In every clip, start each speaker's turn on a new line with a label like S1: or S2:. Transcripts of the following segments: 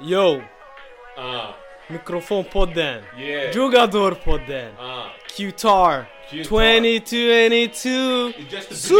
S1: Yo!
S2: Ah,
S1: Mikrofonpodden!
S2: yeah.
S1: Jugadorpodden!
S2: ah.
S1: Qatar!
S2: Qatar.
S1: 2022!
S2: It's just the
S1: Su!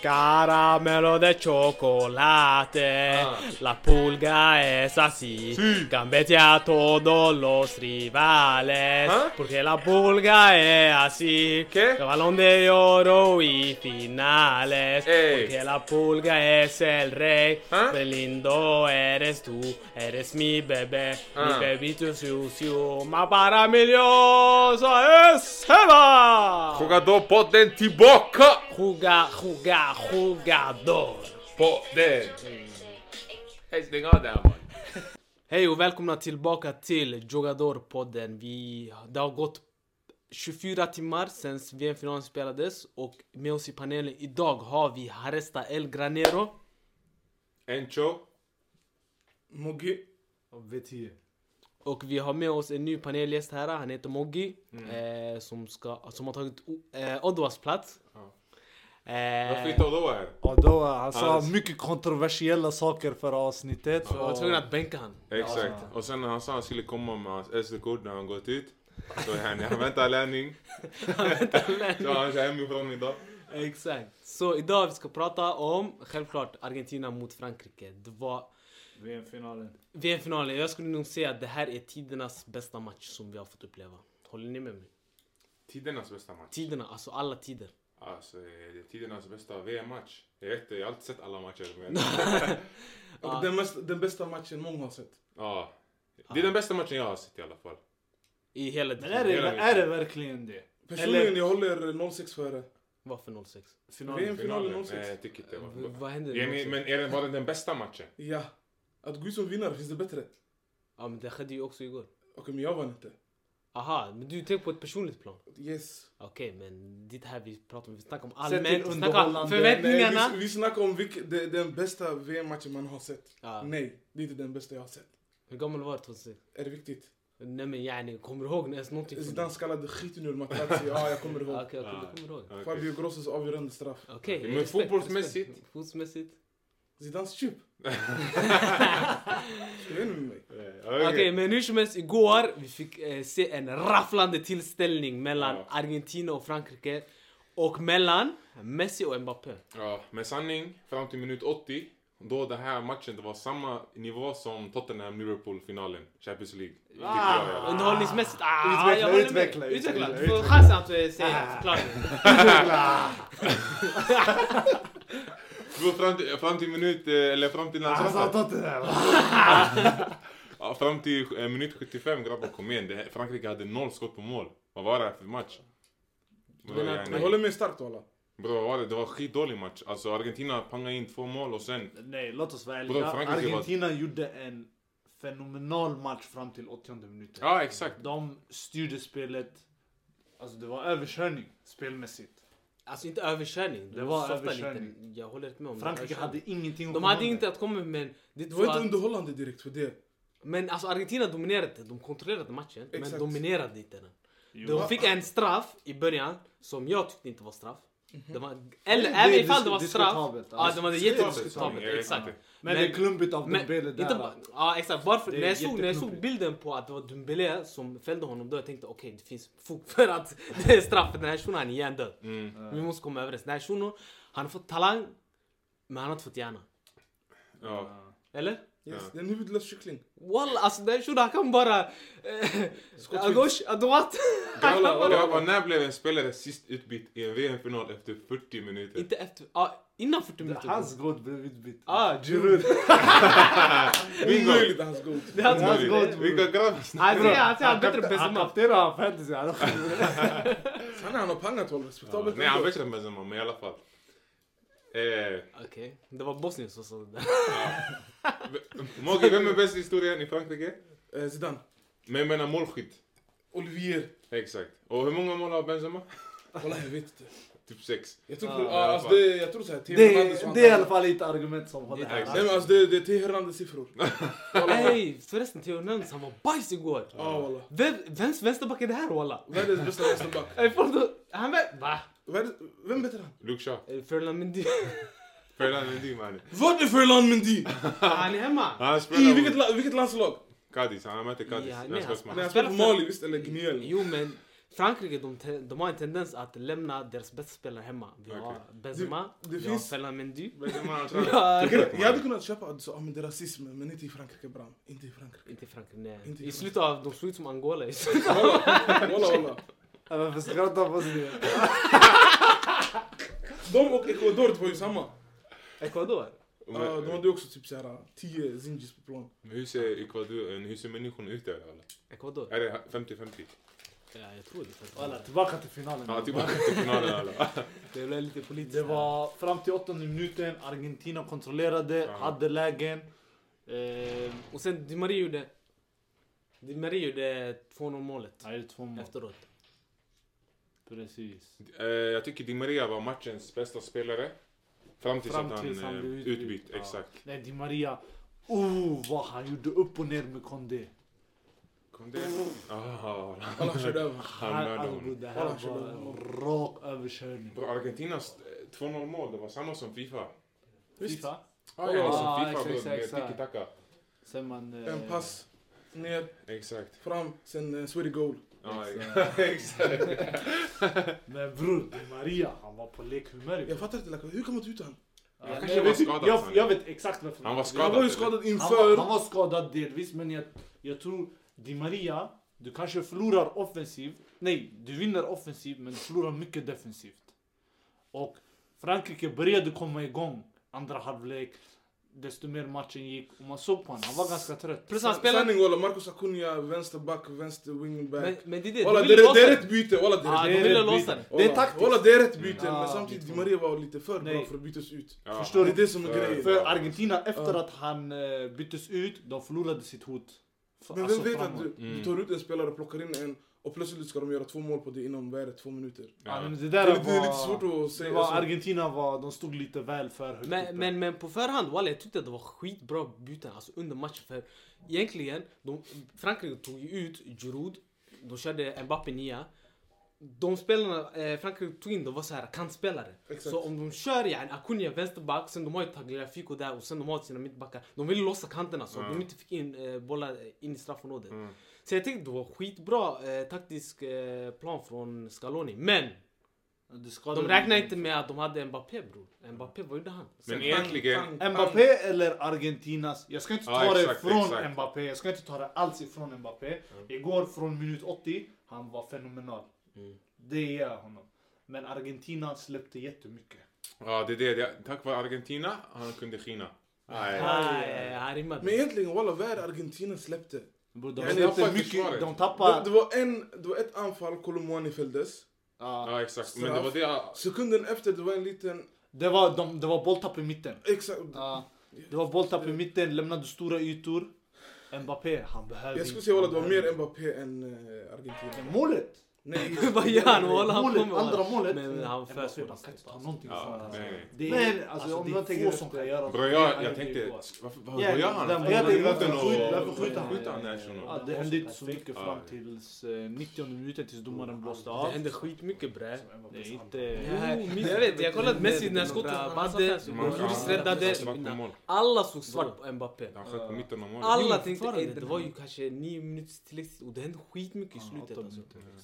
S1: Caramelo de cioccolate,
S2: Ah.
S1: la pulga esa sì,
S2: Sì.
S1: gambete a todos los rivales,
S2: Ah?
S1: porque la pulga è así,
S2: Che?
S1: el balón de oro y finales,
S2: Ey.
S1: porque la pulga es el rey,
S2: Ah?
S1: qué lindo eres tú, eres mi bebé,
S2: Ah.
S1: mi bebito siu siu, ma maravillosa es Eva!
S2: Jogador podden tillbaka!
S1: Juga, juga, jugador.
S2: Podden! Hej, stäng av det här man.
S1: Hej och välkomna tillbaka till Jogador-podden. Vi, det har gått 24 timmar sedan VM-finalen spelades och med oss i panelen idag har vi Haresta El Granero.
S2: Encho.
S3: Mogge. V10.
S1: Och vi har med oss en ny panelgäst här, han heter Moggi eh, som, ska, som har tagit O- eh, Odoas plats. Eh,
S2: Varför inte Odoa här?
S3: Och då, han sa
S2: Alltså.
S3: mycket kontroversiella saker för avsnittet.
S1: jag var tvungen att bänka han.
S2: Exakt. Och sen när han sa han skulle komma med hans SD-kort när han gått ut. Så är han, han väntar lärning. Så han ska hemifrån idag.
S1: Exakt. Så idag vi ska prata om, självklart, Argentina mot Frankrike. Det var
S3: VM-finalen.
S1: VM-finalen. Jag skulle nog säga att det här är tidernas bästa match som vi har fått uppleva. Håller ni med mig?
S2: Tidernas bästa match.
S1: Tiderna, alltså alla tider.
S2: Alltså, det är tidernas bästa VM-match. Jag vet inte, jag har inte sett alla matcher. Men...
S1: Ja.
S4: Och den, mest, den bästa matchen många har sett.
S2: ja. Det är den bästa matchen jag har sett i alla fall.
S1: I hela
S3: Men är
S1: tiden.
S3: det,
S2: Hela
S3: är det verkligen det?
S4: Personligen,
S3: Eller-
S4: jag håller 06 före.
S1: Varför 06?
S3: Finalen?
S4: VM-finalen
S2: Nej,
S4: 06.
S2: jag tycker inte det
S1: V-
S2: var
S1: vad hände?
S2: Ja, men, men är det, var det den bästa matchen?
S4: Ja. Att gå ut som vinnare, finns det bättre?
S1: Ja, men det skedde ju också igår.
S4: Okej, men jag vann inte.
S1: Aha, men du tänker på ett personligt plan.
S4: Yes.
S1: Okej, men det är det här vi pratar om. Vi snackar om
S3: till
S1: allmänt. Vi snackar om
S3: underhållande.
S1: förväntningarna.
S4: Nej, vi, vi snackar om vilk, det, den bästa VM-matchen man har sett.
S2: Ah.
S1: Ja.
S4: Nej, det är inte den bästa jag har sett.
S1: Hur gammal var du 2006?
S4: Är det viktigt?
S1: Nej men yani, kommer du ihåg ens någonting? från det?
S4: Zidane skallade skiten ur Materazzi. Ja, jag kommer
S1: Ja,
S4: ihåg.
S1: Okej, okej,
S2: Ah.
S1: du kommer ihåg.
S2: Okej.
S4: Fabio Grossos avgörande straff.
S1: Okej,
S2: Men
S1: respekt,
S2: fotbollsmässigt-
S1: respekt. Fotbollsmässigt.
S4: Zidanes chip. Ska du med mig?
S1: Okej,
S2: Okej.
S1: men hur som helst, igår vi fick eh, se en rafflande tillställning mellan
S2: Ja.
S1: Argentina och Frankrike. Och mellan Messi och Mbappé.
S2: Ja, med sanning, fram till minut 80, då den här matchen det var samma nivå som Tottenham-Liverpool-finalen, Champions League.
S1: Ah.
S2: Tycker jag i alla fall.
S1: Underhållningsmässigt, ah,
S3: Utveckla,
S1: jag håller med.
S3: utveckla,
S1: utveckla. Du
S3: utveckla. Ah.
S1: får chansen att eh, säga, förklara.
S2: Det var fram till, fram till minut, eh, eller fram till när han
S3: Alltså,
S2: satt
S1: Ah.
S2: där.
S3: ta inte det här.
S2: ja, Fram till eh, minut 75 grabbar, kom igen. Det, här- Frankrike hade noll skott på mål. Vad var det här för match? Bro,
S1: menar-
S2: yani.
S4: Jag håller med starkt walla.
S2: Bro, vad var det? Det var en skitdålig match. Alltså Argentina pangade in två mål och sen...
S3: Nej, låt oss vara
S2: Vadå,
S3: ärliga.
S2: Frankrike var-
S3: Argentina gjorde en fenomenal match fram till 80 minuten.
S2: Ja, exakt.
S3: De styrde spelet. Alltså det var överkörning spelmässigt.
S1: Alltså inte överkörning. Du
S3: Det var
S1: softar
S3: överkörning.
S1: Lite. Jag håller inte med om det.
S3: Frankrike
S1: Överkörning.
S3: hade ingenting
S1: De
S3: att komma
S1: hade
S3: med.
S1: inte att komma med men... Det
S4: Det var inte
S1: att-
S4: underhållande direkt för det.
S1: Men alltså Argentina dominerade, de kontrollerade matchen men
S4: Exakt.
S1: dominerade inte den.
S3: Jo.
S1: De fick en straff i början som jag tyckte inte var straff. Det var, eller
S3: Mhm. Det-
S1: även
S3: det är
S1: ifall det
S3: dis-
S1: var straff.
S3: diskutabelt,
S1: Ja,
S3: alltså.
S1: det var
S2: Diskutabelt,
S1: jättediskutabelt.
S2: jag vet
S1: Exakt.
S2: inte.
S3: Men, det är klumpigt av Dembele där.
S1: inte bara- ja, exakt. Varför,
S3: Det är
S1: när, jag såg, när jag såg
S3: jätteklumpigt.
S1: bilden på att det var Dembélé som fällde honom då jag tänkte okej det finns fog för att det är straff för den här shunon han är hjärndöd.
S2: Mm.
S1: Vi måste komma överens. Den här shunon, han har fått talang men han har inte fått hjärna.
S2: Ja.
S1: Eller?
S4: Yes,
S2: Ja.
S4: Det är en huvudlös kyckling.
S1: Walla alltså den här shunon han kan bara... Eh,
S4: Skottfri.
S1: à gauche, à droite.
S2: Grabbar, när blev en spelare sist utbytt i en VM-final efter 40 minuter?
S1: Inte efter, ja innan 40
S3: Det är
S1: minuter.
S3: hans gård blev utbytt.
S1: Ah,
S3: Giroud.
S2: Bingo!
S4: Omöjligt att han ska gå ut.
S1: Det är hans
S3: Det är hans
S1: goal.
S3: goal.
S2: Vilka grabbar?
S1: Han säger han säger han är bättre än
S3: Han
S1: Benzema.
S3: kaptenar fantasy. Han
S4: Han han har pangat walla.
S2: Ah, Ja,
S4: Respektabelt.
S2: Nej, han
S4: ändå.
S2: bättre än Benzema, men i alla fall. Eh,
S1: Okej, det var Bosnien som sa det där.
S2: Mogge, vem är bäst i historien i Frankrike?
S4: Eh, Zidane.
S2: Men jag menar målskytt.
S4: Olivier.
S2: Exakt. Och hur många mål har Benzema?
S4: Walla jag vet inte.
S2: Typ sex.
S4: Jag tror,
S3: Ah,
S4: ah,
S3: i
S2: alla
S4: alltså,
S2: fall.
S4: det, jag tror såhär, Theo
S3: Det,
S4: Hernandez och
S3: är- det är i alla
S4: Antonio.
S3: fall inte argument som håller här.
S4: Nej men alltså det, det är Theo Hernandez siffror.
S1: Ey förresten Theo Hernandez han var bajs igår.
S4: Ja walla.
S1: Vem, vems vänsterback är det här walla?
S4: Världens bästa vänsterback.
S1: Ey, får du- Han var... Va?
S4: Världens- Vem bättre än han?
S2: Luke Shaw.
S1: Ey, Ferdinand Mendy.
S2: Ferland Mendy mannen.
S4: Vart är Ferland Mendy?
S1: Han är hemma!
S2: Han
S4: I
S2: spelar
S4: vilket,
S2: mot
S4: la, vilket landslag?
S2: Kadis, han möter Kadis.
S1: Ja, nej,
S4: Nej,
S2: Landslagsmatch.
S4: han spelar för Mali, visst? Eller Guinea? eller-
S1: Jo men Frankrike de, te- de har en tendens att lämna deras bästa spelare hemma. Vi har Benzema,
S4: Det- det
S1: vi
S4: finns-
S1: har Ferland Mendy.
S2: Benzema, han
S1: Vi
S2: tränar.
S1: har...
S4: Jag hade kunnat köpa att du sa ah, men det är rasism, men inte i Frankrike bram. Inte i Frankrike.
S1: Inte Frankrike, nej.
S4: Inte
S1: I slutet av, de såg ut som Angola. i slutet.
S4: Walla walla.
S3: Varför skrattar Bosnien?
S4: De och Ecuador det var ju samma.
S1: Ecuador.
S4: Ah, de
S2: Men,
S4: hade ju också typ såhär 10 zingis på plan.
S2: men hur ser Ecuador, eh, hur ser människorna ut där alla?
S1: Ecuador.
S2: Är det 50-50?
S1: Ja, jag tror det.
S3: Alla, tillbaka till finalen.
S2: Ja, tillbaka till finalen alla.
S1: Det blev lite politiskt.
S3: Det var fram till åttonde minuten. Argentina kontrollerade,
S2: Ja.
S3: hade lägen. Eh,
S1: Och sen Di Maria gjorde... Di Maria gjorde 2-0 målet
S3: nej, det är två mål.
S1: efteråt.
S3: Precis.
S2: Eh, Jag tycker Di Maria var matchens bästa spelare. Fram tills
S3: Fram
S2: att han,
S3: tills han
S2: eh,
S3: blev
S2: utbytt.
S3: utbytt, ja.
S2: Exakt.
S3: Nej, Di Maria. Oh, vad han gjorde upp och ner med Kondé.
S2: Kom det? Ah,
S4: Alla körde över.
S2: han
S3: Han,
S2: mördade
S3: alltså,
S2: honom.
S3: det här
S4: Alla körde
S3: var en rak överkörning.
S2: Bro, Argentinas eh, 2-0 mål, det var samma som Fifa.
S3: Fifa.
S2: Ah,
S4: ja,
S2: ja,
S3: ah,
S2: som Fifa,
S3: exakt,
S2: bro, med
S3: exakt, exakt.
S2: tiki-taka.
S3: Sen man... eh,
S4: En pass, ner,
S2: Exakt.
S4: fram, sen uh, Sweaty Goal.
S2: Ja,
S3: Exakt.
S2: exakt.
S3: Men bror, Di Maria, han var på lekhumör.
S4: Jag fattar inte, like, hur kan man ta ut honom?
S3: Ja,
S2: kanske
S3: men
S2: var
S3: vet-
S2: skadad,
S3: jag,
S2: sa ni.
S3: jag vet exakt varför.
S2: Han var
S4: Han var ju
S2: Skadad,
S4: skadad
S3: Han var, han
S4: inför...
S3: var skadad delvis, men jag, jag tror Di Maria, du kanske förlorar offensivt. Nej, du vinner offensivt, men du förlorar mycket defensivt. Och Frankrike började komma igång andra halvlek. Desto mer matchen gick och man såg på honom, han var ganska trött.
S1: Plus han spelade...
S4: Sanning walla, Marcus Acuna, vänsterback, vänster wingback.
S1: Men, men det är det,
S4: Walla,
S1: de
S4: det,
S1: ville
S4: är-
S1: låsa
S4: det är
S1: den.
S4: rätt byte, walla det
S1: Ja,
S4: är
S1: de
S4: rätt
S1: ville
S3: rätt
S1: låsa den.
S4: Walla,
S3: Det är taktiskt.
S4: Walla det är rätt byte,
S3: Mm.
S4: men
S3: Ja,
S4: samtidigt
S3: det
S4: Di
S3: är
S4: Maria var lite för bra
S3: Nej.
S4: för att bytas ut.
S2: Ja.
S3: Förstår
S4: du? Det är det som är
S2: För-
S4: grejen.
S3: För
S2: Ja.
S3: Argentina, efter att han eh, byttes ut, de förlorade sitt hot. F-
S4: Men
S3: alltså
S4: vem vet att
S3: framåt.
S4: du, du
S2: Mm.
S4: tar ut en spelare, plockar in en och plötsligt ska de göra två mål på det inom, vad är det, två minuter?
S3: Ja,
S2: Ja.
S3: men det
S4: Det
S3: där
S4: är,
S3: var...
S4: lite- det är lite svårt att
S3: Det
S4: säga.
S3: var
S4: Alltså.
S3: Argentina var, de stod lite väl för högt uppe.
S1: Men, men, men på förhand, walla, jag tyckte att det var skitbra byten alltså, under matchen. För egentligen, de, Frankrike tog ju ut Giroud, de körde Mbappé nia. De spelarna eh, Frankrike tog in, de var så här kantspelare.
S4: Exakt.
S1: Så om de kör yani, Acuna vänsterback, sen de har ju Tagliafico där och sen de har sina mittbackar. De ville låsa kanterna så
S2: Ja.
S1: de inte fick in eh, bollar eh, in i straffområdet.
S2: Mm.
S1: Så jag tyckte det var skitbra eh, taktisk eh, plan från Scaloni. Men!
S3: Du skadade
S1: De räknade inte med att de hade Mbappé bror. Mbappé, vad gjorde han?
S2: Men
S4: Pang,
S2: egentligen...
S4: pang, pang.
S3: Mbappé eller Argentinas. Jag ska inte ta
S2: Ja,
S3: det
S2: exakt,
S3: från
S2: exakt.
S3: Mbappé. Jag ska inte ta det alls ifrån Mbappé.
S4: Mm.
S3: Igår från minut 80, han var fenomenal.
S1: Mm.
S3: Det ger jag honom. Men Argentina släppte jättemycket.
S2: Ja, det är det. det. Tack vare Argentina, han kunde skina. Nej.
S1: Ah, ja, ja, han rimmade.
S4: Men egentligen walla, vad är det Argentina släppte?
S3: Bro, de
S4: Ja, det
S3: släppte
S2: tappar
S3: mycket.
S2: försvaret.
S3: De
S4: Det,
S3: tappade...
S4: det, var en, det var ett anfall, Kolomouani fälldes.
S3: Ja,
S2: Ja, exakt. Men det var det...
S4: Sekunden efter, det var en liten...
S3: det, var, de, det var bolltapp i mitten.
S4: Exakt.
S3: Ja, det var bolltapp i mitten, lämnade stora ytor. Mbappé, han behöver
S4: Jag skulle
S3: inte-
S4: säga walla, det
S3: han
S4: var
S3: behöver
S4: mer Mbappé än eh, Argentina.
S3: inte. Målet!
S4: Nej,
S1: Vad gör han? Walla, han
S3: Målet,
S1: kommer
S3: andra
S1: walla.
S3: målet.
S1: Men han
S3: Mbappé,
S1: förs
S3: man kan inte ta någonting
S2: Ja,
S3: ifrån alltså.
S2: nej, nej.
S3: Det är,
S4: Men,
S3: alltså,
S4: alltså,
S3: om
S4: det
S3: jag
S4: är
S3: tänker
S4: få
S3: efter-
S4: som
S3: kan
S4: kan
S3: göra
S2: Bro, jag, jag tänkte... Varför, vad, vad gör han?
S3: den
S2: Han
S3: bollen-
S2: håller i
S3: varför
S2: mitten
S3: skjuter-
S2: och-
S3: varför skjuter han?
S2: Skjuter han national?
S3: Ja, det hände inte så mycket
S2: Ja.
S3: fram tills eh, 90 minuten tills domaren blåste
S1: Det
S3: av.
S1: hände skitmycket bre.
S3: Det är
S1: Ja,
S3: inte...
S1: Jag vet, jag kollade Messi när skottet badde,
S2: Man-
S1: Lloris
S2: han-
S1: räddade.
S2: han sköt på mål.
S1: Alla såg svart på Mbappé.
S2: Han sköt på mitten av målet.
S1: Alla
S3: Jo,
S1: tänkte,
S3: fortfarande,
S1: eh, det
S3: det
S1: var ju
S3: hände.
S1: kanske nio minuters tilläggstid och det hände skitmycket i slutet alltså.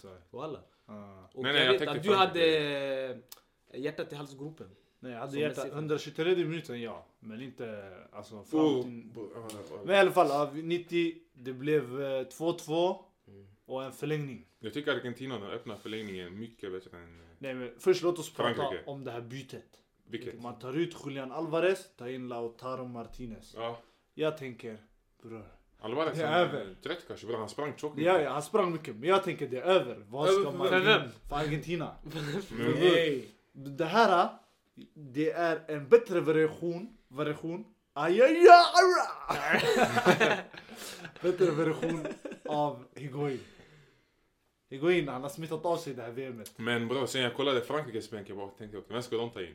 S2: Mm,
S1: Walla.
S3: Ja.
S1: Och
S2: Nej,
S1: jag
S2: nej, jag
S1: vet
S2: tänkte
S1: att du hade
S2: Frankrike.
S1: eh, hjärtat i halsgropen.
S3: Nej, jag hade
S1: Som
S3: hjärtat.
S1: Messi.
S3: 123 minuten ja, men inte alltså fram
S2: Oh,
S3: till...
S2: bo- ja, ja,
S3: Men
S2: ja.
S3: i alla fall, av 90, det blev eh, 2-2 och en förlängning.
S2: Jag tycker Argentina de öppnar förlängningen mycket bättre än... eh,
S3: Nej men först låt oss prata
S2: Frankrike.
S3: om det här bytet.
S2: Vilket?
S3: Man tar ut Julian Alvarez, tar in Lautaro Martinez.
S2: Ja.
S3: Jag tänker, bror.
S2: Alvarez,
S3: Det är
S2: han
S3: över.
S2: är trött kanske. bror. Han sprang tjockt.
S3: Ja, ja, han sprang mycket, men jag tänker det är över. Vad
S4: Över
S3: ska
S4: för
S3: man...
S1: vem? För vem?
S3: För Argentina.
S2: Men-
S4: Nej.
S3: Det här, det är en bättre version. Version. Ajajara! bättre version av Higuain. Higuain, han har smittat av sig det här VMet.
S2: Men bror, sen jag kollade Frankrikes bänk, jag bara tänkte okej, vem ska de ta in?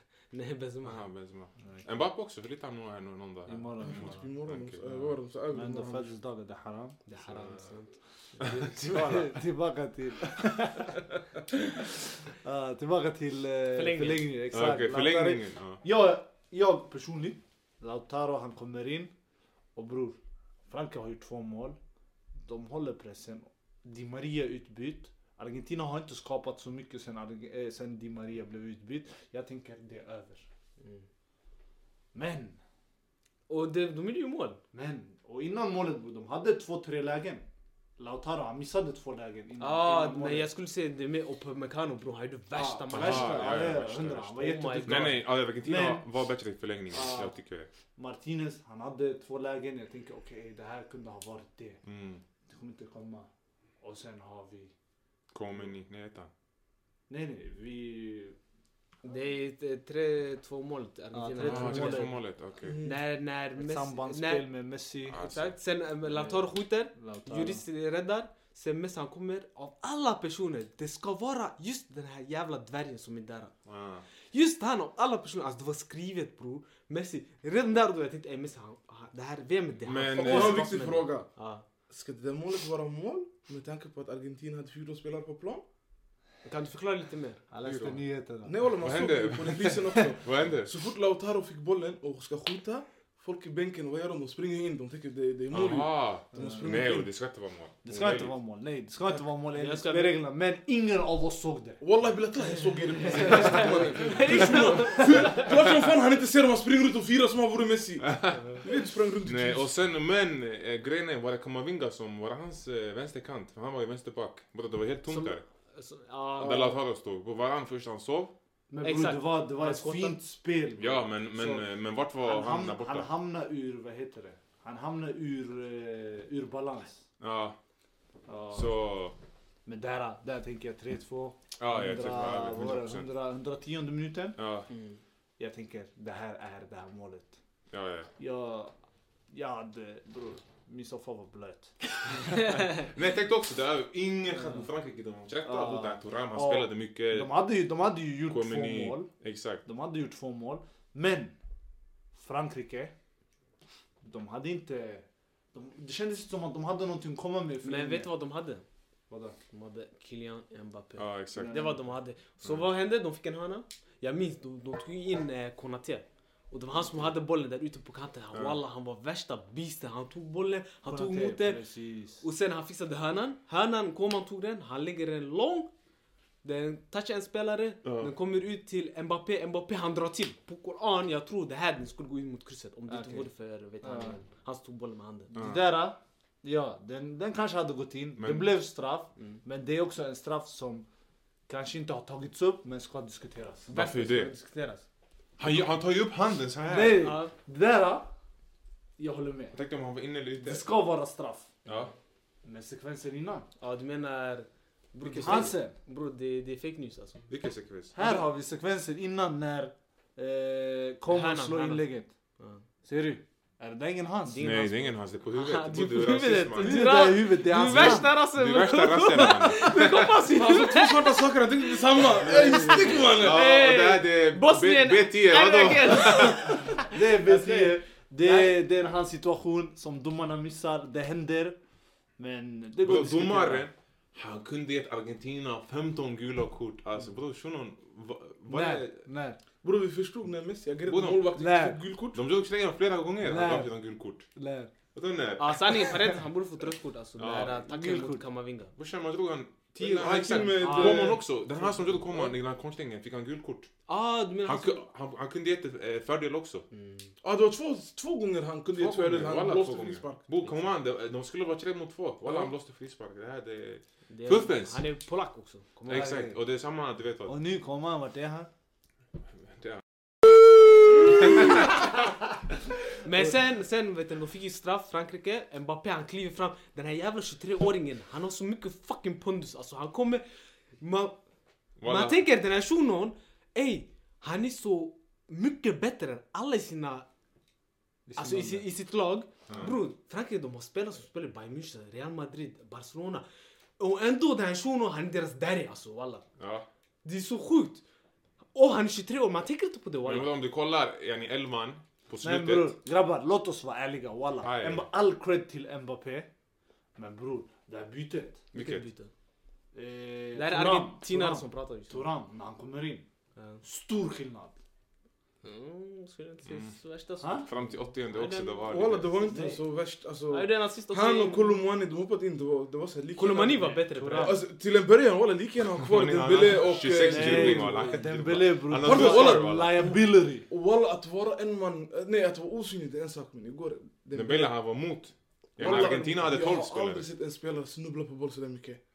S1: Nej, Benzema.
S2: Aha, Benzema. Mbappe också, för lite han här nu någon dag. här.
S3: Imorgon.
S4: Typ imorgon, eh, vad var det? Så över
S3: Men då
S4: imorgon.
S3: födelsedagen, det är haram.
S1: Det här är sant.
S3: Tillbaka- tillbaka till... Ah, tillbaka till eh,
S1: Förlängningen.
S3: förlängningen.
S2: Ja,
S3: Exakt.
S2: Okej,
S3: Lautaro-
S2: förlängningen. Ja.
S3: Jag, jag personligen, Lautaro han kommer in och bror, Frankrike har gjort två mål. De håller pressen. Di Maria är utbytt. Argentina har inte skapat så mycket sen, Arge- eh, sen Di Maria blev utbytt. Jag tänker det är över.
S1: Mm.
S3: Men,
S1: Och det, de gjorde ju mål.
S3: men. Och innan målet, bror, de hade två, tre lägen. Lautaro han missade två lägen innan,
S1: Ah,
S3: innan
S1: nej jag skulle säga det med Upamecano bror. Han gjorde värsta
S3: matchen.
S1: matchen. Oh
S3: Värsta,
S2: ja,
S3: ja,
S2: ja,
S3: ja,
S2: värsta,
S3: hundra. Han var jätteduktig.
S2: Nej, nej, ja, Argentina
S3: Men-
S2: var bättre i förlängningen.
S3: Ja.
S2: Jag tycker det.
S3: Martinez, han hade två lägen. Jag tänker okej, det här kunde ha varit det.
S2: Mm.
S3: Det kommer inte komma. Och sen har vi...
S2: Komeni, nej heter han?
S3: Nej, nej, vi...
S1: Det är ett, tre, två mål till Argentina.
S3: tre,
S2: Ah,
S3: två
S2: han
S3: målet.
S2: ska få målet, okej.
S4: Mm.
S1: När, när
S3: Ett
S1: Messi-
S3: sambandsspel med Messi.
S2: Ah,
S1: Exakt. Sen eh, Lautaro skjuter.
S3: Lautaro.
S1: Juris räddar. Sen Messi han kommer. Av alla personer, det ska vara just den här jävla dvärgen som är där.
S2: Ah.
S1: Just han av alla personer. Alltså det var skrivet bror. Messi. Redan där då jag tänkte, ey Messi han, han- det här, vem är det? Han
S2: Men,
S1: får
S4: Och
S2: eh,
S4: jag har en
S1: pass
S4: viktig
S1: med den.
S4: fråga.
S1: Ja.
S4: Ska det där målet vara mål? Med tanke på att Argentina hade fyra spelare på plan?
S1: Kan du förklara lite mer?
S3: Han läste nyheterna.
S4: Nej walla,
S2: Vad
S4: man såg
S2: hände?
S4: det på polisen också.
S2: Vad händer?
S4: Så fort Lautaro fick bollen och ska skjuta, folk i bänken, vad gör de? De springer in, de tänker det, det är mål ju.
S2: Aha!
S4: De springer
S2: Nej, och
S4: in.
S2: det ska inte vara mål.
S3: Det ska inte vara mål. Nej, det ska inte vara mål enligt
S1: Jag ska-
S3: spelreglerna. Men ingen av oss såg det.
S4: Wallahi billahi, jag såg er. Klart som fan han inte ser om han springer ut och firar som han vore Messi. Du vet, du sprang runt i
S2: Nej,
S4: tips.
S2: och sen, men eh, grejen är, var det Kamavinga som var det hans eh, vänsterkant? För Han var ju vänsterback. Bara det var helt tomt
S1: Som-
S2: där.
S1: Så, Alltså, ja.
S2: Där Lautaro stod. På varann först han sov.
S3: Men
S1: Exakt.
S3: bror, det var, det var
S1: Han
S3: ett
S1: skottar.
S3: fint spel. bror.
S2: Ja, men, men,
S3: Så-
S2: eh, men vart var han,
S3: han, ham
S2: där
S3: han
S2: borta?
S3: hamnar ur, vad heter det? Han hamnar ur, eh, ur balans.
S2: Ja,
S3: Ja.
S2: så...
S3: Men där, där tänker jag 3-2.
S2: Ja, jag
S3: 100
S2: tycker jag vet,
S3: vad var det,
S2: 100%.
S3: 100 110 minuten.
S2: Ja,
S1: Mm.
S3: Jag tänker, det här är det här målet.
S2: ja, ja.
S3: Jag, jag hade, bror, min soffa var blöt.
S2: Men jag tänkte också, det är ingen chans på Frankrike. De rätta
S3: Ja.
S2: ah. där Thuram, han
S3: Ja.
S2: spelade mycket.
S3: De hade ju, de hade ju gjort
S2: Kouameni.
S3: två mål.
S2: Exakt.
S3: De hade gjort två mål. Men Frankrike, de hade inte... De, det kändes som att de hade någonting att komma med. i
S1: Men vet
S3: förlängningen.
S1: du vad de hade?
S3: Vadå?
S1: De hade Kylian Mbappé.
S2: Ja, Mm. exakt.
S1: Det var de hade. Så vad hände? De fick en hörna. Jag minns, de, de tog ju in eh, Konate. Och det var han som hade bollen där ute på kanten. Han,
S2: Ja.
S1: wallah, han var värsta beasten. Han tog bollen, han tog
S3: Konate,
S1: emot den.
S3: Precis.
S1: Och sen han fixade hörnan. Hörnan kom, han tog den. Han lägger den lång. Den touchar en spelare.
S2: Ja.
S1: Den kommer ut till Mbappé. Mbappé han drar till. På Koran, jag tror det här den skulle gå in mot krysset. Om det inte
S3: Ah, Okej.
S1: vore för, vet
S3: Ja.
S1: han, han tog bollen med handen.
S2: Ja.
S3: Det där, ja, den, den kanske hade gått in.
S2: Men-
S3: det blev straff.
S1: Mm.
S3: Men det är också en straff som kanske inte har tagits upp, men ska diskuteras.
S2: Varför är det?
S1: Diskuteras.
S2: Han, han tar ju upp handen så här.
S3: Nej,
S1: Ja.
S3: det där, jag håller med.
S2: Jag tänkte om han var inne eller ute.
S3: Det ska vara straff.
S2: Ja.
S3: Men sekvensen innan.
S1: Ja, du menar... Bror,
S3: Hansen,
S1: Bro, det, det är fake news alltså.
S2: Vilken sekvens?
S3: här har vi sekvensen innan när eh, Coman
S1: Härnan,
S3: slår
S1: härnan.
S3: inlägget.
S1: Ja.
S3: Ser du? Är det ingen hans?
S1: Det är ingen
S2: Nej,
S1: hans-
S2: det är ingen hans. Det är på
S1: Aha,
S2: huvudet.
S1: det är
S2: Du är
S1: på
S2: rasist
S1: huvudet.
S2: man.
S1: Du-
S3: Det är där i huvudet, det är hans namn.
S1: rassen!
S2: Du är värsta rassen man.
S1: Du kom på sin
S4: Alltså två svarta saker, jag tänkte detsamma. Ey, stick
S2: Ja,
S4: mannen!
S2: och det här det är
S1: Bosnien!
S2: B- B10, vadå?
S3: Det är BT. Det är, det är en hans situation som domarna missar. Det händer. Men det går
S2: Bro,
S3: att diskutera.
S2: domaren, han kunde gett Argentina 15 gula kort. Alltså bror shunon, va- vad är...
S3: När? När?
S4: Bror vi förstod när Messi agerade
S2: Bror, de-
S4: målvakten
S3: Nej.
S4: fick gult kort.
S2: De drog slängen flera gånger. Han
S3: Nej.
S2: gav sedan gult kort.
S3: När?
S2: Vet du när?
S1: Ja sanningen, Paredes han borde få ett rött kort alltså.
S2: Ja.
S1: Det här tacklingen
S3: Gult
S1: mot
S3: kort.
S1: Kamavinga.
S2: Brorsan man drog han...
S4: Men han
S2: Ja, exakt.
S4: till med-
S2: Ah, Coman
S4: eh,
S2: också. Den här som drog Coman i den här kortslängen fick han gult kort.
S1: Ah, du menar
S2: Han,
S1: han som...
S2: ku- han, han kunde gett eh, fördel också.
S1: Mm.
S4: Ja det var två, två gånger han kunde
S2: Två
S4: ge
S2: gånger,
S4: tvärden, han
S2: walla två
S4: blåste
S2: gånger.
S4: frispark.
S2: Bror Coman, de, de skulle vara tre mot två. Walla
S4: Ja.
S2: han blåste frispark. Det här det...
S1: Det är-
S2: Fuffens.
S1: Han är polack också. Kommer
S2: Exakt. Och det är samma, du vet vad.
S3: Och nu kommer han, vart är han?
S2: Det är-
S1: Men sen, sen vet du, de fick ju straff, Frankrike. Mbappé han kliver fram. Den här jävla 23-åringen, han har så mycket fucking pondus. Alltså han kommer... Man, man tänker den här shunon, ey, han är så mycket bättre än alla i sina... Alltså i, si- i sitt lag. Bror, Frankrike de har spelare som spelar i Bayern München, Real Madrid, Barcelona. Och ändå den här shunon, han är deras daddy alltså walla.
S2: Ja.
S1: Det är så sjukt. Och han är 23 år, man tänker inte på det
S2: Men
S1: walla.
S2: vadå, om du kollar yani elvan på
S3: Men
S2: slutet.
S3: bror, grabbar låt oss vara ärliga
S2: Aj,
S3: walla.
S2: aj.
S3: Mba- All cred till Mbappé. Men bror, det här bytet.
S2: Vilket?
S1: byte.
S3: Eh,
S1: Det här är
S3: Thuram,
S1: argentinare
S3: Thuram,
S1: som pratar just nu.
S3: Thuram, när han kommer in.
S1: Ja.
S3: Stor skillnad.
S1: Mm, skulle inte säga så värsta så.
S3: Ha?
S2: Fram till 80
S1: Ja,
S2: också,
S1: den-
S2: det var
S4: Walla
S2: lite-
S4: det var inte
S3: Nej.
S4: så värst. Alltså,
S1: Ja, det är den sista som-
S4: han och Kolomani de hoppade in. Det var, det var så här lika.
S1: Kolomani var bättre på
S3: Thuram.
S1: det. här.
S4: Alltså, till en början walla lika gärna ha kvar
S2: Han är- han
S4: Dembélé
S2: har
S4: och... eh,
S2: 26
S3: Nej,
S2: dribbling, walla.
S3: Dembélé E, bror.
S2: Han har
S4: Varför,
S2: dödat,
S4: walla?
S2: walla.
S3: Liability.
S4: Och Walla att vara en man, eh, nej att vara osynlig det är en sak men igår... det-
S2: Dembélé han var mot. Yani
S4: Walla,
S2: Argentina hade 12
S4: Jag har
S2: spelare.
S4: aldrig sett en spelare snubbla på boll sådär mycket.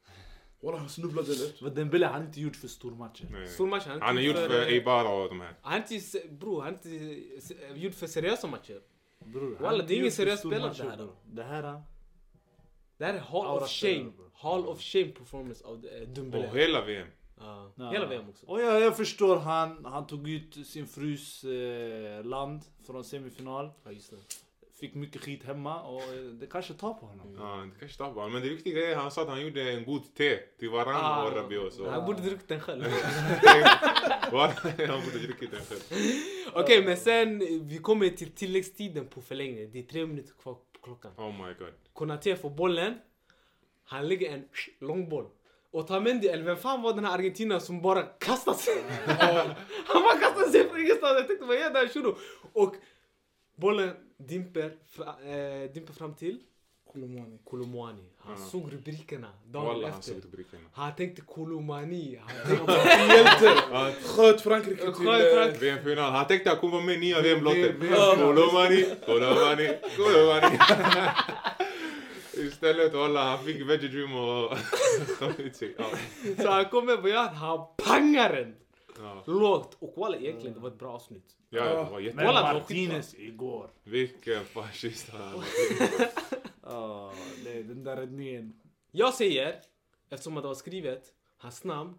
S4: Walla han snubblade lätt.
S3: Men Dembélé han är inte gjort för stormatcher.
S2: Nej.
S1: Stor match, han
S2: Han har
S1: är
S2: gjort
S1: inte
S4: Mm.
S2: för Eibara och de här.
S1: Han är inte, se- bror, han är inte se- eh, gjort för seriösa matcher.
S3: Bror, han
S1: Walla, det
S3: är
S1: är
S3: inte
S1: ingen
S3: gjort för
S1: seriös
S3: stormatcher,
S1: spelare, det här,
S3: bror. Det här... ah.
S1: Det här är Hall
S3: Aura
S1: of Shame.
S3: spelare, bro.
S1: Hall of Shame performance av eh,
S4: Mm.
S1: Dumbele.
S2: Och hela VM.
S1: Ja.
S3: Ja.
S1: Hela VM också.
S3: Och ja, jag förstår han. Han tog ut sin frus eh, land från semifinal.
S1: Ja, just det.
S3: Fick mycket skit hemma och eh, det kanske tar på honom.
S2: Ja, det kanske tappade han. Men det viktiga är att han sa att han gjorde en god te till Varane
S1: Ah,
S2: och Rabiot. Så.
S1: Han borde druckit den själv.
S2: Varane, han borde druckit den själv.
S1: Okej, men sen eh, vi kommer till tilläggstiden på förlängning. Det är tre minuter kvar på klockan.
S2: Oh my god.
S1: Konate får bollen. Han lägger en lång boll. Och Tamendi, eller vem fan var den här argentinaren som bara kastade sig? han bara kastade sig från ingenstans. Jag tänkte vad är det här shunon? Och bollen dimper, fra, eh, dimper fram till
S4: Kolomani.
S1: Kolomani. Han
S2: Ja.
S1: såg rubrikerna dagen
S2: Walla, han
S1: efter.
S2: såg rubrikerna.
S1: Han tänkte Kolomani. Han
S4: Hjälte!
S2: Ja,
S4: Sköt Frankrike till...
S1: Sköt Frankrike.
S4: eh,
S2: VM-final. Han tänkte att han kommer vara med i nya VM-lottet.
S4: V- V-
S2: Golomani, Golomani, Golomani. Istället walla, han fick Veggie Dream och... ja.
S1: tänkte- Så han kommer på jakt, han pangar den.
S2: Ja.
S1: Lågt. Och walla egentligen det var ett bra avsnitt.
S2: Ja, det var
S3: Men
S2: jätte...
S1: Walla, det var
S3: Martinez igår.
S2: Vilken fascist han var.
S3: Ja, det, den där räddningen.
S1: Jag säger, eftersom att det var skrivet, hans namn.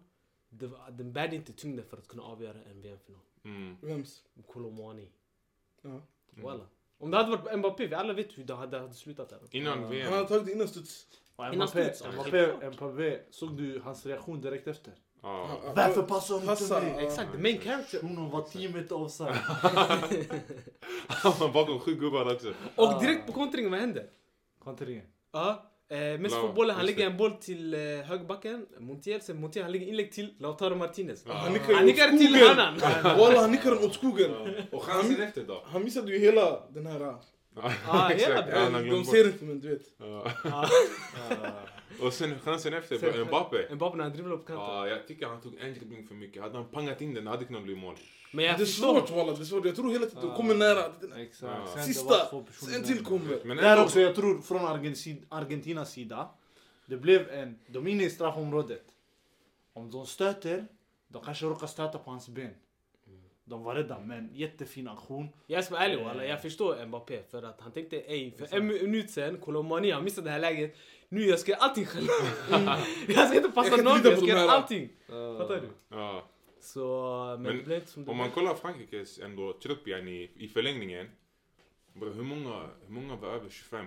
S1: Det var, den bärde inte tyngden för att kunna avgöra en VM-final.
S2: Mm.
S4: Vems?
S1: Kolomani.
S4: Ja.
S1: Walla. Om det hade varit Mbappé, vi alla vet hur det hade, hade slutat där.
S2: Innan
S4: Han
S2: VM.
S4: hade tagit det innan studs.
S3: Och
S1: Innan
S3: Mbappé,
S1: studs, alltså.
S3: Mbappé, Mbappé, såg du hans reaktion direkt efter?
S2: Ja.
S3: Varför passar hon
S4: Passa,
S3: inte mig?
S4: ja.
S1: Exakt, the main character.
S3: Shunon var 10 meter offside.
S2: Han var bakom sju gubbar också.
S1: Och direkt på kontringen, vad händer?
S3: Kontringen.
S1: Ja. Eh, Messi
S2: Lao,
S1: får bollen, han
S2: just
S1: lägger en boll till eh, högerbacken, Montiel, sen Montiel han lägger inlägg till Lautaro Martinez.
S2: Ja.
S4: Han nickade
S1: Han
S4: åt
S1: nickar till
S4: skogen.
S1: annan!
S4: Walla han nickade åt skogen.
S2: Och chansen efter då?
S4: Han missade ju hela den här... eh,
S1: Ja, hela
S2: exakt. Ja, han har
S4: De
S2: glömt
S4: ser
S2: bort.
S4: inte men du vet.
S2: Ja.
S3: Ah.
S2: Och sen chansen efter,
S1: Sen-
S2: på Mbappé.
S1: Mbappé när han dribblar upp kanten.
S2: Ja, jag tycker han tog en dribbling för mycket. Hade han pangat in den, det hade kunnat bli mål.
S1: Men jag
S4: Det är
S1: förstår.
S4: svårt walla, det är svårt. Jag tror hela tiden de kommer nära.
S2: Ja.
S3: Exakt. Sen det var
S4: Sista,
S3: två personer
S4: sen
S3: där.
S4: till kommer.
S2: Men
S3: Där
S2: ändå-
S3: också, jag tror från Argentin- Argentinas sida. Det blev en... De är inne i straffområdet. Om de stöter, de kanske råkar stöta på hans ben. De var rädda, men jättefin aktion.
S1: Jag ska vara
S4: Eh.
S1: ärlig walla, jag förstår Mbappé för att han tänkte ey för en minut sen, Kolomani han missade det här läget. Nu jag ska göra allting själv. jag ska inte passa
S4: Jag kan inte
S1: någon,
S4: lita
S1: jag
S4: på
S1: ska göra
S4: de här. Eh.
S1: allting. Fattar du?
S2: Ja.
S1: Så, men,
S2: Men
S1: det blev inte som det
S2: Om man
S1: blev.
S2: kollar Frankrikes ändå trupp yani, i, i förlängningen. Bro, hur, många, hur många var över 25?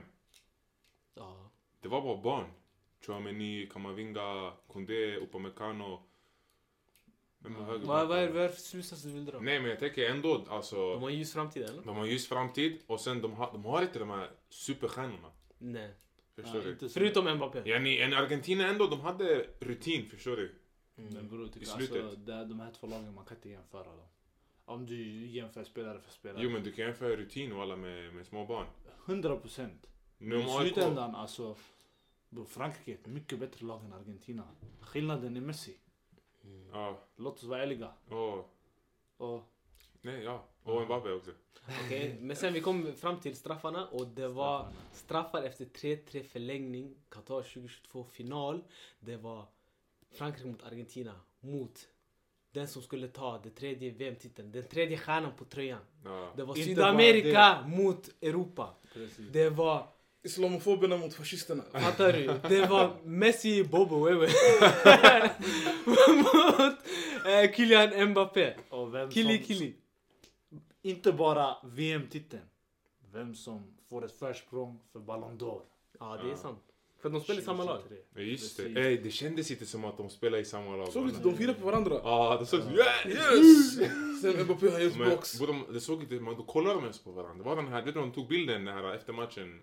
S1: Ja.
S2: Det var bara barn. Chouameni, Kamavinga, Koundé, Upamecano. Vem var högerback?
S1: Vad vad är vad är det för slutsats du vill dra?
S2: Nej men jag tänker ändå alltså.
S1: De har en ljus framtid eller?
S2: De har ljus framtid och sen de har, de har inte de här superstjärnorna.
S1: Nej.
S2: Förstår
S3: Ja,
S2: du?
S3: inte så-
S1: Förutom Mbappé.
S2: Yani, en Argentina ändå, de hade rutin, förstår du?
S3: Men bror, tycker
S2: I
S3: jag,
S2: slutet.
S3: alltså, det, de här två lagen, man kan inte jämföra dem. Om du jämför spelare för spelare.
S2: Jo men du kan jämföra rutin och alla med, med små barn.
S3: 100 procent.
S2: Nu om
S3: I
S2: AIK...
S3: slutändan, alltså. bror, Frankrike är ett mycket bättre lag än Argentina. Skillnaden är Messi.
S2: Ja,
S3: Låt oss vara ärliga.
S2: och...
S3: Och
S2: Nej, ja. Och Mbappé också.
S1: Okej, men sen vi kom fram till straffarna och det var straffar efter 3-3 förlängning, Qatar 2022 final. Det var Frankrike mot Argentina mot den som skulle ta den tredje VM-titeln, den tredje stjärnan på tröjan.
S2: Ja.
S1: Det var
S3: Inte
S1: Sydamerika mot Europa.
S3: Precis.
S1: Det var,
S4: Islamofoberna mot fascisterna.
S1: fattar du? Det var Messi, Bobo Wewe mot eh, Kylian Mbappé.
S3: Och vem
S1: Killi,
S3: som,
S1: killi.
S3: Inte bara VM-titeln. Vem som får ett försprång för Ballon d'Or.
S1: Ja, det är sant. För de spelar i samma lag.
S3: 2023.
S2: Ja, Just
S3: Precis.
S2: det. Ey, det kändes inte som att de spelade i samma lag.
S4: Såg du
S2: bara.
S4: inte? De firar på varandra.
S2: Ja, det såg...
S4: Yes! Sen Mbappé har gjort
S2: Men,
S4: box.
S2: både de, det såg inte, man, då kollade de ens på varandra. Det var den här, vet du de tog bilden den här efter matchen.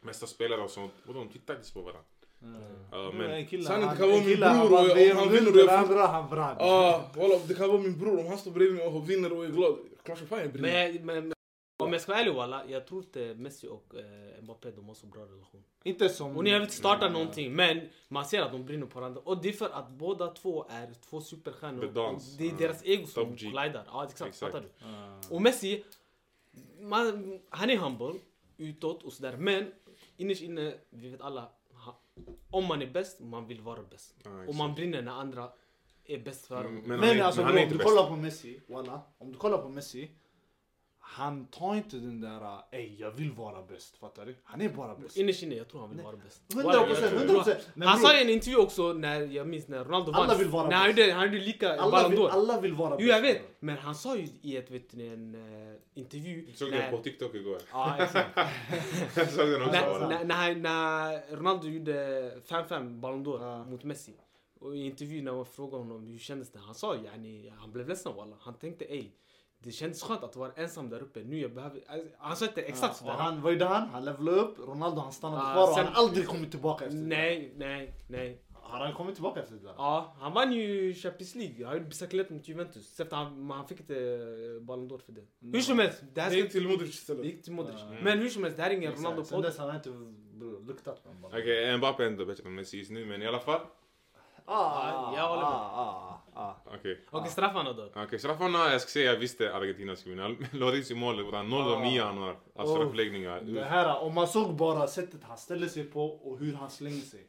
S2: Mesta spelare och sånt. Och de tittade inte på varandra. Ja,
S3: Nu,
S2: men,
S3: Mm. en kille,
S4: Så han
S3: han,
S4: inte
S3: en
S4: kan vara min
S3: kille, han
S4: bror och
S3: vann
S4: jag- om han
S3: VM-guld
S4: vinner
S3: och
S4: då jag
S3: den
S4: får-
S3: andra han brann.
S4: Ah, walla, det kan vara min bror. Om han står bredvid mig och vinner och är glad. Klart som fan jag blir.
S1: Men, jag- men om jag ska vara ärlig walla, jag tror inte Messi och eh, Mbappé de har så bra relation.
S3: Inte som...
S1: Och ni har inte
S2: Mm.
S1: startat någonting men man ser att de brinner på varandra. Och det är för att båda två är två superstjärnor.
S2: The dance. Mm.
S1: Och Det är deras ego som
S2: Top G.
S1: collidar. Ja exakt,
S2: Exakt. Mm.
S1: fattar du?
S3: Ah.
S1: Och Messi, man, han är humble utåt och sådär men innerst inne, vi vet alla, ha- om man är bäst, man vill vara bäst.
S2: Ja,
S1: och man brinner när andra är bäst för
S2: men,
S1: dem.
S2: men,
S3: Men
S2: han, alltså,
S3: alltså
S2: men han är inte
S3: bro, om du
S2: bäst.
S3: kollar på Messi, walla. Om du kollar på Messi. Han tar inte den där, eh, ey jag vill vara bäst, fattar du? Han är bara bäst.
S1: Innerst inne, jag tror han vill vara bäst.
S3: 100%, 100%. Men
S1: Han
S3: bror,
S1: sa i en intervju också, när jag minns när Ronaldo
S3: Alla
S1: vann.
S3: vill vara
S1: när han
S3: bäst.
S1: gjorde, han gjorde lika
S3: alla
S1: Ballon
S3: vill,
S1: d'Or.
S3: alla vill vara bäst.
S1: Jo jag vet, men han sa ju i ett, vet ni, en eh, intervju.
S2: Såg
S1: när-
S2: jag på TikTok igår.
S1: Ja, exakt.
S2: Jag såg den också.
S1: när,
S2: bara.
S1: när, när, när Ronaldo gjorde 5-5 Ballon d'Or
S3: Ja.
S1: mot Messi. Och i intervjun när man frågade honom hur kändes det? Han sa ju yani, han blev ledsen walla. Han tänkte ey, det kändes skönt att vara ensam där uppe. Nu jag behöver... Alltså, Han sa inte exakt
S3: Ja,
S1: sådär.
S3: och han, vad gjorde han? Han levlade upp, Ronaldo han stannade
S1: Ah,
S3: kvar och
S1: sen-
S3: han har aldrig kommit tillbaka efter
S1: Nej, nej, nej.
S3: det. Har han kommit tillbaka efter det där?
S1: Ja, han vann ju Champions League. Han gjorde biciclette mot Juventus. Efter han, men han fick inte eh, Ballon d'Or för det. Hur som helst, det här
S4: Det
S1: ska
S4: gick till Modric
S1: Det
S4: istället.
S1: gick till Modric.
S3: Ja.
S1: Men hur som helst, det här är ingen
S3: Exakt. Sen
S1: Ronaldo-podd.
S3: dess han har inte bror, luktat på en ballong.
S2: Okej, eh, Mbappé är ändå bättre än Messi just nu, men i alla fall.
S3: Ah,
S1: Jag håller med.
S3: ah, ah, ah.
S2: Okej.
S1: Okej, straffarna då.
S2: Okej, straffarna. Jag ska säga jag visste Argentina skulle vinna. Loris i målet, och han 0 av
S3: Ah.
S2: 9 han har. Alltså
S3: Oh.
S2: straffläggningar.
S3: Det här, om man såg bara sättet han ställde sig på och hur han slängde sig.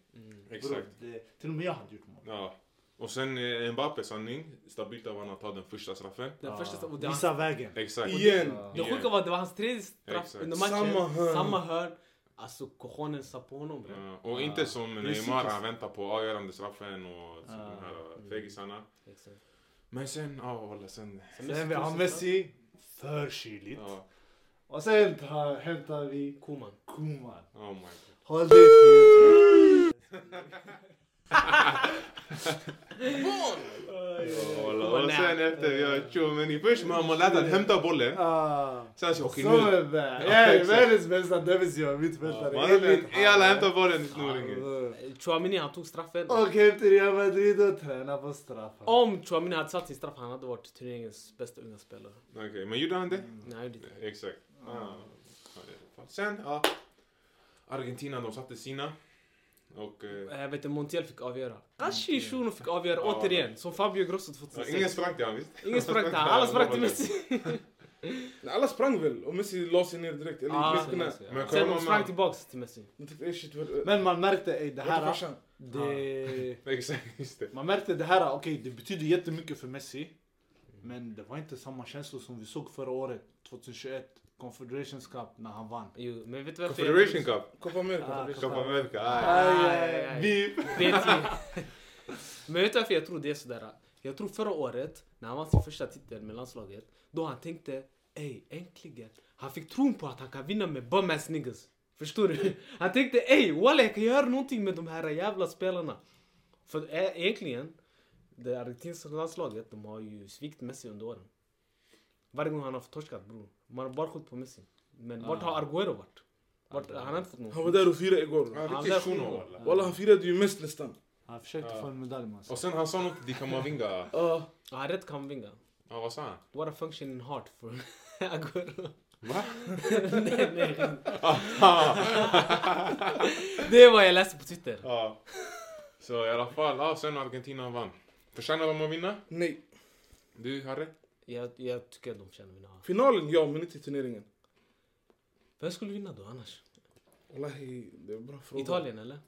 S2: Exakt.
S3: Bror, det, till och med jag hade gjort mål.
S2: Ja. Och sen eh, Mbappé, sanning. Stabilt av honom att ta den första straffen.
S1: Den första och det,
S3: Visa vägen.
S2: Exakt.
S4: Igen.
S1: det sjuka var att det var hans tredje straff
S2: Exakt.
S1: under matchen.
S4: Samma
S1: Samma
S4: hörn.
S1: hörn. Alltså cojonen sa på honom bre.
S2: Ja, och inte som
S3: Precis.
S2: Neymar, han väntar på avgörande straffen och så
S3: Ja.
S2: de här eh, fegisarna.
S1: Exakt.
S2: Men sen, ja walla sen.
S3: Sen vi har Messi, för kyligt.
S2: Ja,
S3: Och sen tar- hämtar vi
S1: Koman.
S3: Koman.
S2: oh my god.
S3: Håll dig till...
S2: Ja, walla.
S1: Koman,
S2: Och
S1: nej.
S2: sen efter vi har Tjomeni, först man har lärt att hämta bollen.
S3: Ah.
S2: Sen så, okej
S3: Som
S2: nu.
S3: en vän. Jag är världens bästa defensiva mittfältare.
S2: Man har
S3: enligt
S2: blivit, alla
S3: alla.
S2: hämtar bollen i snoringen.
S1: Chouamini han tog straffen.
S3: Och hem till Real Madrid och träna på straffar.
S1: Om Chouamini hade satt sin straff han hade varit turneringens bästa unga spelare.
S2: Okej, men gjorde han det?
S1: Nej, han gjorde inte det.
S2: Exakt. Ja. Ja, i alla fall. Sen, ja. Argentina, de satte sina. Och... Eh,
S1: Jag vet inte, Montiel fick avgöra. Ashi Shuno fick avgöra
S2: Ja.
S1: återigen. Som Fabio Grosso
S2: ja, ingen
S1: 2006.
S2: sprang till han visst?
S1: Ingen sprang till honom. Alla sprang till Messi.
S4: Nej, Alla sprang väl? Och Messi la sig ner direkt. Eller
S1: Ah,
S4: gick ner på knä.
S1: Sen
S2: Men kolla
S1: de
S2: man...
S1: sprang tillbaks till Messi.
S4: De tyckte eh, shit, var- eh,
S3: Men man märkte, ey det
S4: vart är
S3: här...
S4: farsan?
S3: Det...
S2: Exakt, just det.
S3: Man märkte det här, okej det betyder jättemycket för Messi. Men det var inte samma känslor som vi såg förra året, 2021. Confederations Cup när han vann.
S1: Jo, men vet du varför? jag-
S2: Confederation Cup.
S4: Copa America.
S3: Ah.
S2: Copa America. Ah.
S1: Aj, aj,
S3: aj.
S1: aj.
S3: Beep.
S1: Vet vi. Men vet du varför jag tror det är sådär? Jag tror förra året, när han vann sin första titel med landslaget, då han tänkte ey, äntligen. Han fick tron på att han kan vinna med bum ass niggas. Förstår du? Han tänkte ey, walla jag kan göra någonting med de här jävla spelarna. För e- egentligen, det argentinska landslaget, de har ju svikit Messi under åren. Varje gång han har fått torskat bror. Man har bara skjutit på Messi. Men vart har Arguero varit? Vart, han har inte fått någon.
S4: Han var där och firade igår.
S2: Han
S1: Han
S2: riktigt
S1: där
S2: shuno
S1: shuno.
S2: walla.
S4: Walla han firade ju mest nästan.
S3: Han försökte få en medalj man.
S2: Och sen han sa något till Kamavinga.
S4: Ja.
S1: Ja, Han har rätt Kamvinga.
S2: Ja, vad sa han?
S1: What a functioning heart for Aguero.
S2: Va?
S1: nej, nej. det är vad jag läste på Twitter.
S2: Ja. Så i alla fall, ja, sen Argentina vann. Förtjänar de att vinna?
S4: Nej.
S2: Du, Harry?
S1: Jag, jag tycker att de förtjänar att vinna.
S4: Finalen ja, men inte turneringen.
S1: Vem skulle vinna då annars?
S4: والله det är en bra fråga.
S1: Italien eller?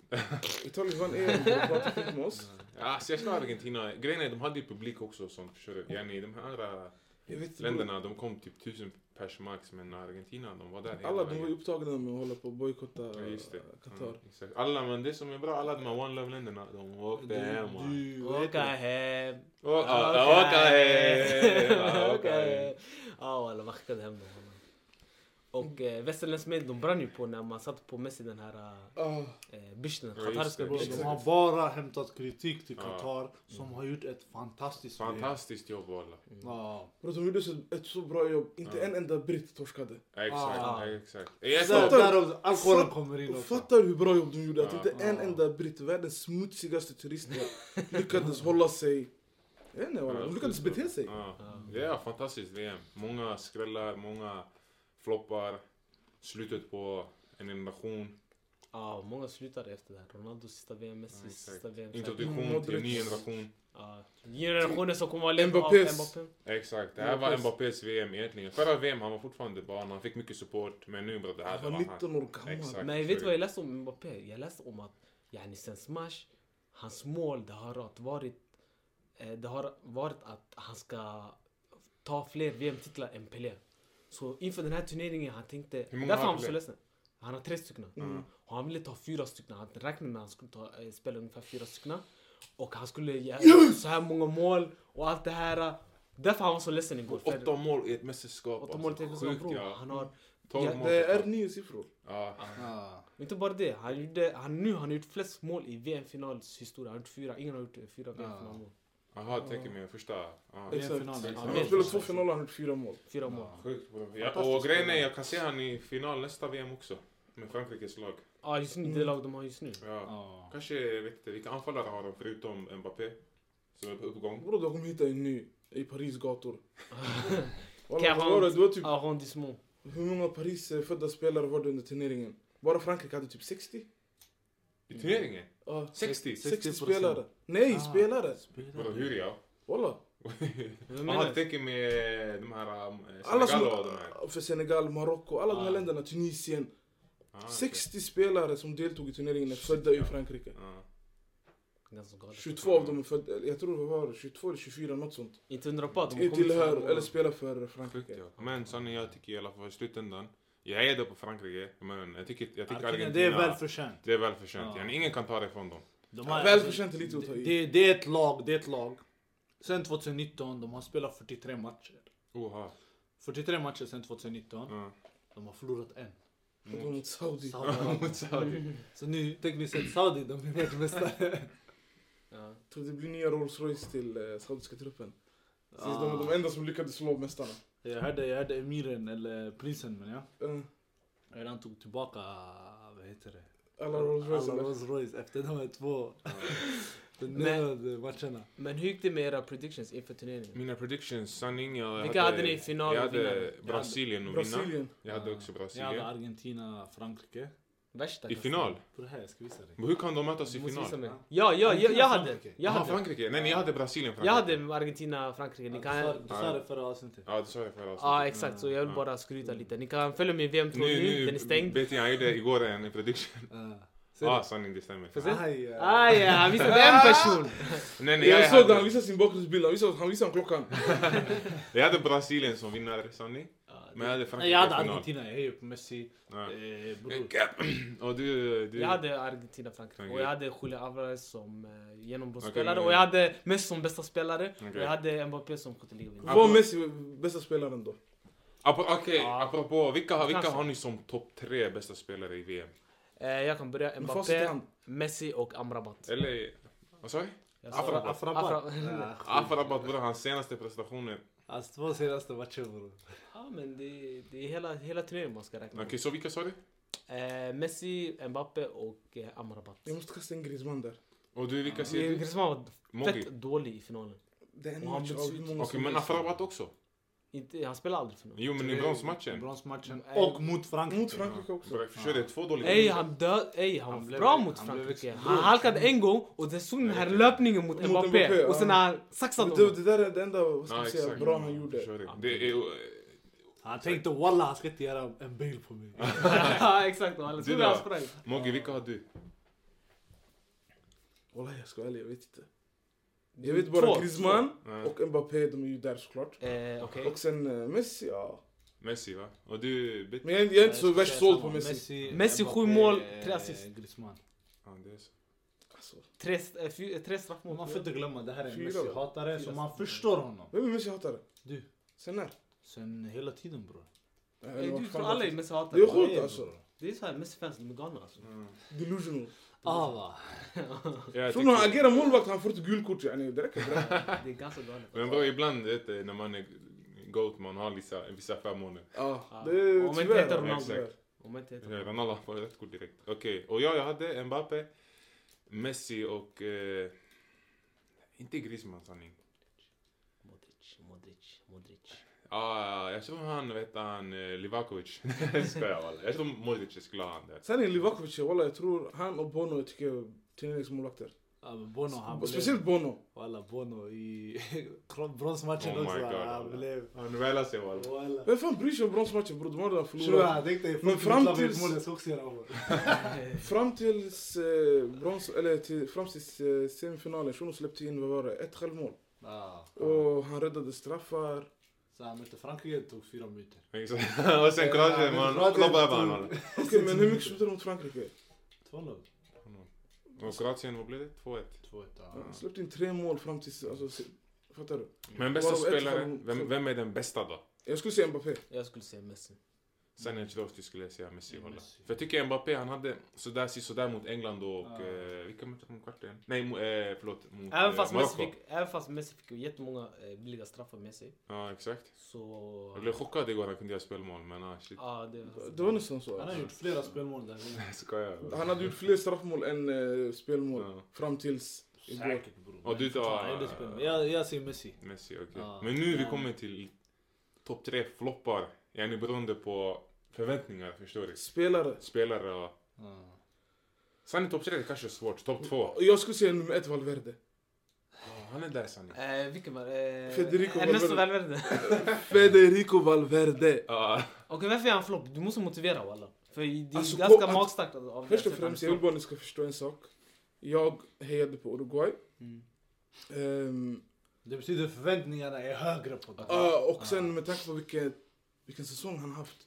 S4: Italien vann EM. De pratar skit med oss.
S2: Alltså jag slår Argentina. Grejen är de hade ju publik också som försörjde. Yani de här andra
S4: Jag vet inte. bror.
S2: länderna de kom typ tusen pers max men Argentina de var där hela
S4: Alla de
S2: vägen.
S4: var ju upptagna med att hålla på och bojkotta
S2: Ja, just det.
S4: eh, Qatar.
S2: Ja, exakt. Alla men det som är bra, alla de här one love länderna de åkte hem. man.
S3: Du, vad
S1: Åka
S3: heter
S1: hem.
S2: Åka åka hem. Åka
S1: Åka
S2: hem.
S1: hem. Ja walla vad skickade hem dem. wallah. Och eh, västerländsk media de brann ju på när man satt på Messi den här
S4: Ah,
S1: eh, bysten,
S2: Ja, just
S1: qatariska
S2: det.
S3: det?
S1: bysten.
S3: De har
S4: Exakt.
S3: bara hämtat kritik till
S2: Ja.
S3: Qatar som har gjort ett fantastiskt spel.
S2: Fantastiskt jobb walla.
S3: Ja.
S4: bror, de gjorde så- ett så bra jobb. Inte
S2: Ja.
S4: en enda britt torskade.
S2: Exakt,
S3: Ah.
S2: exakt.
S3: Där,
S2: Jag
S4: Fattar-
S3: där också, alkoholen
S4: fatt-
S3: kommer in
S4: Och
S3: också.
S4: fattar du hur bra jobb de gjorde? Att
S2: Ja.
S4: inte en
S3: Ja.
S4: enda britt, världens smutsigaste turister, lyckades hålla sig... Jag vet inte, walla, de lyckades bete sig.
S2: Ja. Det är fantastiskt VM. Många skrällar, många floppar. Slutet på en generation.
S1: Ja, många slutade efter det här. Ronaldos sista VM, Messi
S2: exakt.
S1: sista VM.
S2: Introduktion till en ny generation.
S1: Ja, generationen som kommer vara ledd av
S4: Mbappés.
S1: Mbappé.
S2: Exakt, det här var Mbappés VM egentligen. Förra VM han var fortfarande barn, han fick mycket support. Men nu bror, det här det var
S4: Han var 19
S2: han.
S4: år gammal.
S2: Exakt.
S1: Men vet du
S2: sorry.
S1: vad jag läste om Mbappé? Jag läste om att yani sen Smash, hans mål det har att varit eh, det har varit att han ska ta fler VM-titlar än Pelé. Så inför den här turneringen han tänkte,
S2: Hur många
S1: därför
S2: har
S1: han var så
S2: Pelé?
S1: ledsen. Han har tre stycken.
S4: Mm.
S1: Och han ville ta fyra stycken. Han räknade med att han skulle ta, eh, spela ungefär fyra stycken. Och han skulle göra så här många mål och allt det här. Därför han var så ledsen igår. för-
S2: Åtta mål i ett mästerskap.
S1: åtta mål till
S2: alltså.
S1: Sjukt
S2: Sjukt ja.
S1: Han har
S2: Tolv
S1: Ja,
S2: mål.
S4: Det är nio siffror.
S2: Ja.
S3: Ja.
S1: Inte bara det, han gjorde, han, nu har han gjort flest mål i VM-finalshistoria. Han har gjort fyra, ingen har gjort eh, fyra VM-finalmål.
S2: Jaha, jag tänker mig första. Ja.
S3: Det är en
S4: Exakt.
S3: final.
S4: Han har spelat två finaler, han har gjort fyra mål.
S1: Fyra mål.
S2: Sjukt bror. Ja, och grejen är jag kan se han i final nästa VM också. Med Frankrikes lag.
S1: Ja, just nu, det lag de har just nu.
S2: Ja.
S3: Ja.
S2: Kanske, jag vet inte, vilka anfallare har de förutom Mbappé? Som är på uppgång.
S4: Bror, de kommer hitta en ny i Paris gator. Walla,
S1: Kan
S4: vad
S1: han-
S4: var det? Det var typ
S1: Arrondissement.
S4: Hur många Paris eh, födda spelare var det under turneringen? Bara Frankrike hade typ Ah, 60?
S2: I turneringen?
S4: Ja,
S2: 60?
S4: 60
S3: 60%.
S4: spelare. Nej,
S3: Ah.
S4: spelare!
S2: Vadå, hur ja?
S4: Walla.
S1: Vad
S2: Jaha,
S1: menar
S2: du
S1: du?
S2: tänker med de här... um,
S4: Alla som...
S2: Senegal och de här?
S4: För Senegal, Marocko, alla de här
S1: Ah.
S4: länderna, Tunisien.
S2: Ah, okej.
S4: 60 spelare som deltog i turneringen är födda i Frankrike.
S2: Ja.
S1: Ganska galet.
S4: 22 av dem är födda, jag tror det var 22 eller 24, något sånt.
S1: Inte undra på att de kommer
S4: Tillhör,
S1: från-
S4: eller spelar för
S2: Sjukt
S4: Frankrike.
S2: ja. Men sanningen jag tycker i alla fall i slutändan. Jag hejade på Frankrike, men jag tycker, jag tycker
S3: Argentina,
S2: Argentina...
S3: Det är välförtjänt.
S2: Det är välförtjänt.
S3: Ja.
S2: Yani Ingen kan ta det ifrån dem.
S3: De
S4: Ja,
S3: har-
S4: välförtjänt är lite att ta i.
S3: det, det är ett lag, det är ett lag. Sen 2019, de har spelat 43 matcher.
S2: Oha.
S3: 43 matcher sen 2019.
S2: Ja.
S3: De har förlorat en.
S4: Födda mot Saudi.
S3: Saudi.
S1: Mm.
S3: Så nu, tekniskt sett, Saudi, de är världsmästare.
S1: Ja.
S4: Tror det blir nya Rolls Royce till eh, saudiska truppen. Precis,
S3: Ah.
S4: De är de enda som lyckades slå mästarna.
S3: Jag hörde, jag hörde emiren, eller prinsen men jag.
S4: Eh,
S3: Redan tog tillbaka, vad heter det?
S4: Alla Rolls Royce.
S3: Alla
S4: eller?
S3: Rolls Royce efter de här två
S1: Men-
S3: förnedrande matcherna.
S1: Men hur gick det med era predictions inför turneringen?
S2: Mina predictions, sanning. Jag
S1: Vilka hade ni i final
S2: Jag
S1: och vinnare?
S2: hade Brasilien och vinna.
S4: Brasilien.
S2: Jag hade också
S3: Jag hade
S2: Brasilien.
S3: Argentina, Frankrike.
S1: Värsta
S2: I final?
S3: På det här, jag ska visa dig.
S2: Men Hur kan de mötas
S1: Du
S2: i
S1: måste visa
S2: final?
S1: mig. Ja, ja, jag, jag hade.
S3: Frankrike.
S1: Jag
S2: Jaha,
S1: hade.
S2: Frankrike? Nej, nej, jag hade Brasilien. Frankrike.
S1: Jag hade Argentina, Frankrike. Ni
S3: Du sa-
S1: kan...
S3: Du sa det förra avsnittet.
S2: Ja, det sa jag förra
S1: Ja, ah, exakt. Så jag vill bara skryta lite. Ni kan följa min VM-tråd nu, Den är stängd.
S2: vet jag, jag gjorde igår en prediction.
S3: Ah, ser
S2: Ja, ah,
S3: du?
S2: sanning, det stämmer.
S1: Får se?
S3: Aj, ja.
S1: Ah, ja, han visade en person!
S2: Nej, nej, jag,
S4: Jag såg det, han
S2: hade,
S4: visade sin bakgrundsbild, han visade, han visade klockan.
S2: jag hade Brasilien som vinnare, sanning. Men jag hade
S3: Nej,
S2: Frankrike
S3: jag
S2: i
S3: hade
S2: final.
S3: Alltså, Argentina, jag hejar på Messi.
S2: Ja.
S3: Eh, bror.
S2: Och du... du
S1: Jag hade Argentina, Frankrike.
S2: Frankrike.
S1: Och jag hade Julio Alvarez som eh, genombrottsspelare.
S2: Okej.
S1: Och jag hade Messi som bästa spelare. Och
S2: Okej.
S1: jag hade Mbappé som skytteligavinnare.
S4: Var Messi bästa spelaren då?
S2: Ap- Okej,
S1: Ja.
S2: apropå, vilka, vilka
S1: Kanske.
S2: har ni som topp tre bästa spelare i VM?
S1: Eh, jag kan börja.
S4: Med facit i
S1: Mbappé,
S4: hand.
S1: Messi och Amrabat.
S2: Eller... Vad sa vi?
S1: Jag sa-
S3: Afra-
S2: Afrabat.
S3: Afrabat.
S1: Afra-
S3: Ah, skit.
S2: Afrabat bror, hans senaste prestationer.
S3: Hans Alltså, två senaste matcher bror.
S1: Ja, men det, det är hela, hela turneringen man ska räkna
S2: Okej,
S1: med.
S2: så vilka sa du?
S1: Eh, Messi, Mbappé och eh, Amrabat.
S3: Mm.
S4: Jag måste kasta in Griezmann där.
S2: Och du, vilka ser du?
S1: Griezmann var
S2: Mogi?
S1: fett dålig i finalen.
S4: Det är en
S1: Och han
S4: match
S1: byts
S4: av
S1: ut.
S4: hur många
S2: Okej,
S4: som
S2: men
S4: helst.
S2: Afrabat också?
S1: Inte, han spelade aldrig final.
S2: Jo, men i bronsmatchen.
S3: Bronsmatchen.
S1: Mm,
S3: Och mot Frankrike.
S4: Mot Frankrike också.
S2: Bra, Förstår det, två dåliga
S1: Ey han död, ey han,
S3: Han
S1: var
S3: blev-
S1: bra mot
S3: han blev
S1: Frankrike.
S3: explod.
S1: Han halkade en gång och sen såg den här löpningen mot
S4: Mot
S1: Mbappé,
S4: Mbappé,
S1: och sen
S4: ja.
S1: han saxade
S4: Det,
S1: honom.
S4: det där är det enda vad ska
S2: Ja,
S4: man säga,
S2: exakt. Mm.
S4: bra han
S2: Förstår
S4: gjorde.
S2: det. Det är eh,
S3: Han tänkte walla han ska inte göra en bail på mig.
S1: Ja, exakt. Alla trodde han sprang.
S2: Mogge, vilka har du?
S4: Wallah jag ska vara ärlig, jag vet inte. Jag vet bara
S1: Mm, Två,
S4: Griezmann
S2: Ja.
S4: och Mbappé, de är ju där såklart.
S1: Eh, Okej.
S4: Och sen eh, Messi, ja.
S2: Messi va? Och du, Bit?
S4: Men jag, jag är inte så värst såld på Messi.
S1: Messi, sju mål, tre assist.
S3: eh, Griezmann.
S2: Ja, det är så.
S4: Alltså,
S1: Tre, st- eh, fy- eh, tre
S3: Och
S1: straffmål.
S3: Man får inte glömma, det här är en
S4: Fyra,
S3: Messi-hatare,
S1: Fyra
S3: så man
S1: stycken.
S3: förstår honom.
S4: vem är Messi hatare?
S3: Du.
S4: Sen när?
S3: Sen hela tiden bror.
S4: Jag vet
S1: Eh,
S4: inte
S1: Du
S4: vad
S1: tror
S4: fan
S1: alla är
S4: det
S1: Messi-hatare.
S4: Det är sjukt.
S3: Vad
S4: alltså.
S3: bror?
S1: Det är såhär, Messi-fans de är galna alltså.
S4: är. Delusional.
S3: Ah va.
S2: Ja, jag
S4: Från när han
S2: tycker,
S4: agerar målvakt han får ett gult kort yani, det räcker bra.
S1: Det är ganska galet.
S2: men bro, ibland vet du, när man är GOAT, man har vissa, vissa förmåner.
S4: Ja,
S1: Ah. Ja.
S4: det är
S1: Om inte
S4: tyvärr,
S1: heter
S4: ja,
S1: Ronaldo.
S4: tyvärr.
S1: Om inte heter
S2: Ja, Ronaldo får ett kort direkt. Okej, och jag, jag hade Mbappe, Messi och... Eh, inte Griezmann sanning.
S1: Modric, Modric, Modric.
S2: Ah, jag tror han, vet han, eh, Livakovic. Skojar walla. Jag tror Modric skulle ha han där.
S4: Sen är Livakovic, wallah jag tror han och Bono jag tycker turneringsmålvakter.
S3: Ja, men Bono
S1: Ah,
S3: han
S4: Och
S3: blev...
S4: Speciellt Bono.
S3: Walla Bono i bronsmatchen
S2: Oh my
S3: också.
S2: God,
S3: Han
S2: walla.
S3: blev...
S2: Han välar sig walla.
S3: Walla.
S4: Vem fan bryr sig om bronsmatchen bror? De har redan
S3: Sure,
S4: förlorat.
S3: han tänkte
S4: Men
S3: men
S4: fram
S3: fram till
S4: tills-
S3: mål, jag ska också göra mål.
S4: Fram tills, eh, brons, eller till, fram tills eh, semifinalen, Shuno släppte in, vad var det, ett självmål.
S3: Ja.
S4: Och han räddade straffar.
S3: Så han mötte Frankrike, det tog fyra minuter.
S2: Exakt. och sen
S3: Ja,
S2: Kroatien,
S3: men
S2: man
S3: Kroatien
S2: klobbar över
S3: tog-
S2: honom. walla.
S4: Okej, men hur mycket slutade de mot Frankrike?
S3: 2-0.
S2: Och Kroatien, vad blev det? 2-1.
S3: 2-1. ja.
S4: Han släppte in tre mål fram tills, alltså, se- fattar du?
S2: Men bästa
S4: Varav ett
S2: spelare,
S4: från-
S2: vem, vem är den bästa då?
S4: Jag skulle säga Mbappé.
S1: Jag skulle säga Messi.
S2: Sen jag tror att du skulle säga Messi
S3: Ja,
S2: hålla.
S3: Messi.
S2: För jag tycker Mbappé, han hade sådär sisådär mot England och...
S3: Ja.
S2: Eh, vilka mötte de i kvarten? Nej, mo- eh, förlåt. Mot
S1: Även
S2: eh,
S1: fast Messi
S2: Marocko.
S1: fick, även fast Messi fick ju jättemånga eh, billiga straffar med sig.
S2: Ja, exakt.
S1: Så...
S2: Jag blev chockad igår när han kunde göra spelmål, men ah, shit.
S1: Ja, det var...
S4: Det var nästan så.
S3: Han har
S4: Alltså.
S3: gjort flera spelmål den här gången.
S2: Jag skojar.
S4: Han hade gjort fler straffmål än eh, spelmål
S2: Ja.
S4: fram tills igår.
S3: Säkert
S2: Ja,
S3: bror.
S2: du tar-
S3: Fan, jag gjorde spelmål. Jag jag säger Messi.
S2: Messi, okej.
S3: Ja.
S2: Men nu vi
S3: Ja.
S2: kommer till topp tre floppar. Yani beroende på förväntningar, förstår du?
S4: Spelare.
S2: Spelare och...
S3: Ja.
S2: Sanni topp tre det kanske är svårt. Topp två.
S4: Jag skulle säga nummer ett Valverde.
S2: Ja, han är där Sanni.
S1: Eh, vilken var det? Eh,
S4: Federico
S1: Ernesto
S4: Valverde.
S1: Valverde.
S4: Federico Valverde.
S2: Ja.
S1: Okej, varför är han flopp? Du måste motivera walla. För det är
S4: Alltså,
S1: ganska
S4: på-
S1: magstarkt av dig att
S4: Först och
S1: säga att
S4: främst,
S1: han
S4: jag
S1: är
S4: vill bara att ni ska förstå en sak. Jag hejade på Uruguay.
S1: Mm.
S4: Ehm,
S3: Det betyder förväntningarna är högre på dig.
S4: ah, och
S3: Ah.
S4: sen med tanke på vilken, vilken säsong han har haft.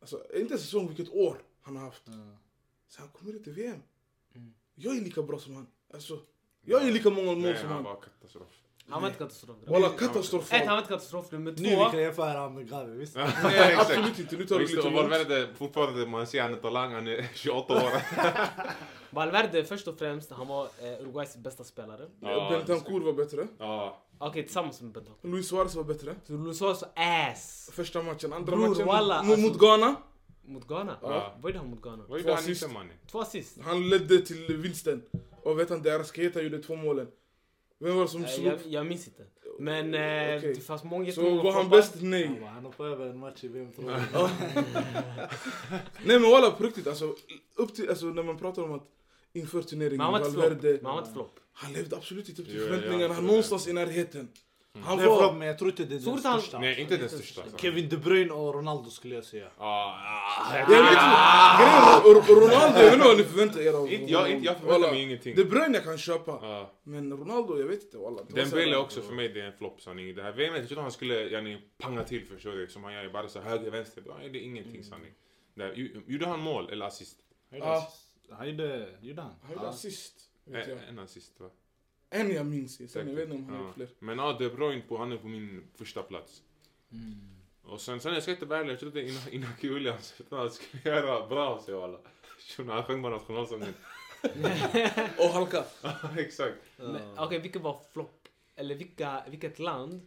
S4: Alltså, inte säsong, vilket år han har haft.
S3: Ja.
S4: Så han kommer inte till VM.
S1: Mm.
S4: Jag är lika bra som han. Alltså, jag är lika många mål
S2: Nej,
S4: som
S2: han
S4: han.
S2: var katastrof.
S1: flopp. Han var inte katastrof. grabbar.
S4: Walla, katastrofal.
S1: Ett, han var inte katastrof. Nummer
S3: Nu vi kan
S1: två.
S3: jämföra honom med Gavi, visst?
S4: Nej,
S2: Exakt.
S4: absolut inte. Nu tar
S2: Och
S4: du
S2: Just det,
S4: lite
S2: och
S4: långt.
S2: Valverde, fortfarande man ser han är talang, han är 28 år.
S1: Valverde först och främst, han var eh, Uruguays bästa spelare.
S2: Ja,
S4: Bentancur var bättre.
S2: Ja,
S1: Okej, tillsammans med Bentancur.
S4: Luis Suarez var bättre.
S1: Så Luis Suarez var ass
S4: Första matchen, andra
S1: Bror,
S4: matchen
S1: walla,
S4: mot
S1: alltså-
S4: mot Ghana.
S1: mot Ghana.
S2: Ja.
S1: Vad gjorde han mot Ghana?
S2: vad
S4: Två
S2: gjorde han
S4: assist.
S2: inte mannen?
S1: Två assist.
S4: Han ledde till vinsten. Och vet han, deras Keita gjorde två målen. Vem var det som
S1: Eh,
S4: slog?
S1: jag, jag minns inte. Men eh,
S4: Okej.
S1: det fanns många
S4: Så
S1: jättemånga
S4: var han
S1: floppar.
S4: bäst? Nej.
S3: Ja, Han hoppade över en match i VM tror jag.
S4: Nej men walla på riktigt alltså, upp till, alltså när man pratar om att inför
S1: Men han
S4: turneringen,
S1: var inte flopp. Men
S4: Valverde.
S1: han var inte flopp.
S4: Han levde absolut inte upp till
S2: Jo, ja,
S4: förväntningarna, han
S2: absolut.
S4: någonstans i närheten. Han
S3: Nej, förlåt,
S4: var...
S3: men jag tror inte det är
S1: Så
S3: den
S1: fort han-
S3: största.
S2: Nej, inte den största.
S3: Kevin De Bruyne och Ronaldo skulle jag säga.
S2: Ah, ah,
S4: Jag vet inte, grejen är, Ronaldo, jag vet inte vad ni förväntar er av
S2: Inte- jag- inte- jag förväntar
S4: Walla,
S2: mig ingenting.
S4: De Bruyne jag kan köpa,
S2: ah.
S4: men Ronaldo jag vet inte walla. Det var så här-
S2: Dembele också för mig det är en flopp sanning. Det här VM, jag trodde han skulle yani, panga till förstår du. Som han gör, bara så höger, vänster. Bara, nej, det är
S4: Mm.
S2: ingenting sanning. Det här, ju- gjorde han mål eller assist?
S3: Han gjorde
S4: Ja.
S3: assist. Han gjorde... Gjorde han?
S4: Han
S2: Ah.
S4: gjorde
S3: Ja.
S4: assist. vet
S2: En,
S4: jag.
S2: Eh, en assist va? eh.
S4: En jag minns, sen jag
S2: Säkert.
S4: vet inte om han
S2: Ja.
S4: gjort fler.
S2: Men ja, De Bruyne, på, han är på min första plats.
S4: Mm.
S2: Och sen, sen jag ska inte vara ärlig, jag trodde innan, innan Julians han skulle göra bra av sig walla. Shunon, han sjöng bara nationalsången.
S4: Och halka.
S2: Exakt.
S1: Men, Okej, vilka var flopp? Eller vilka, vilket land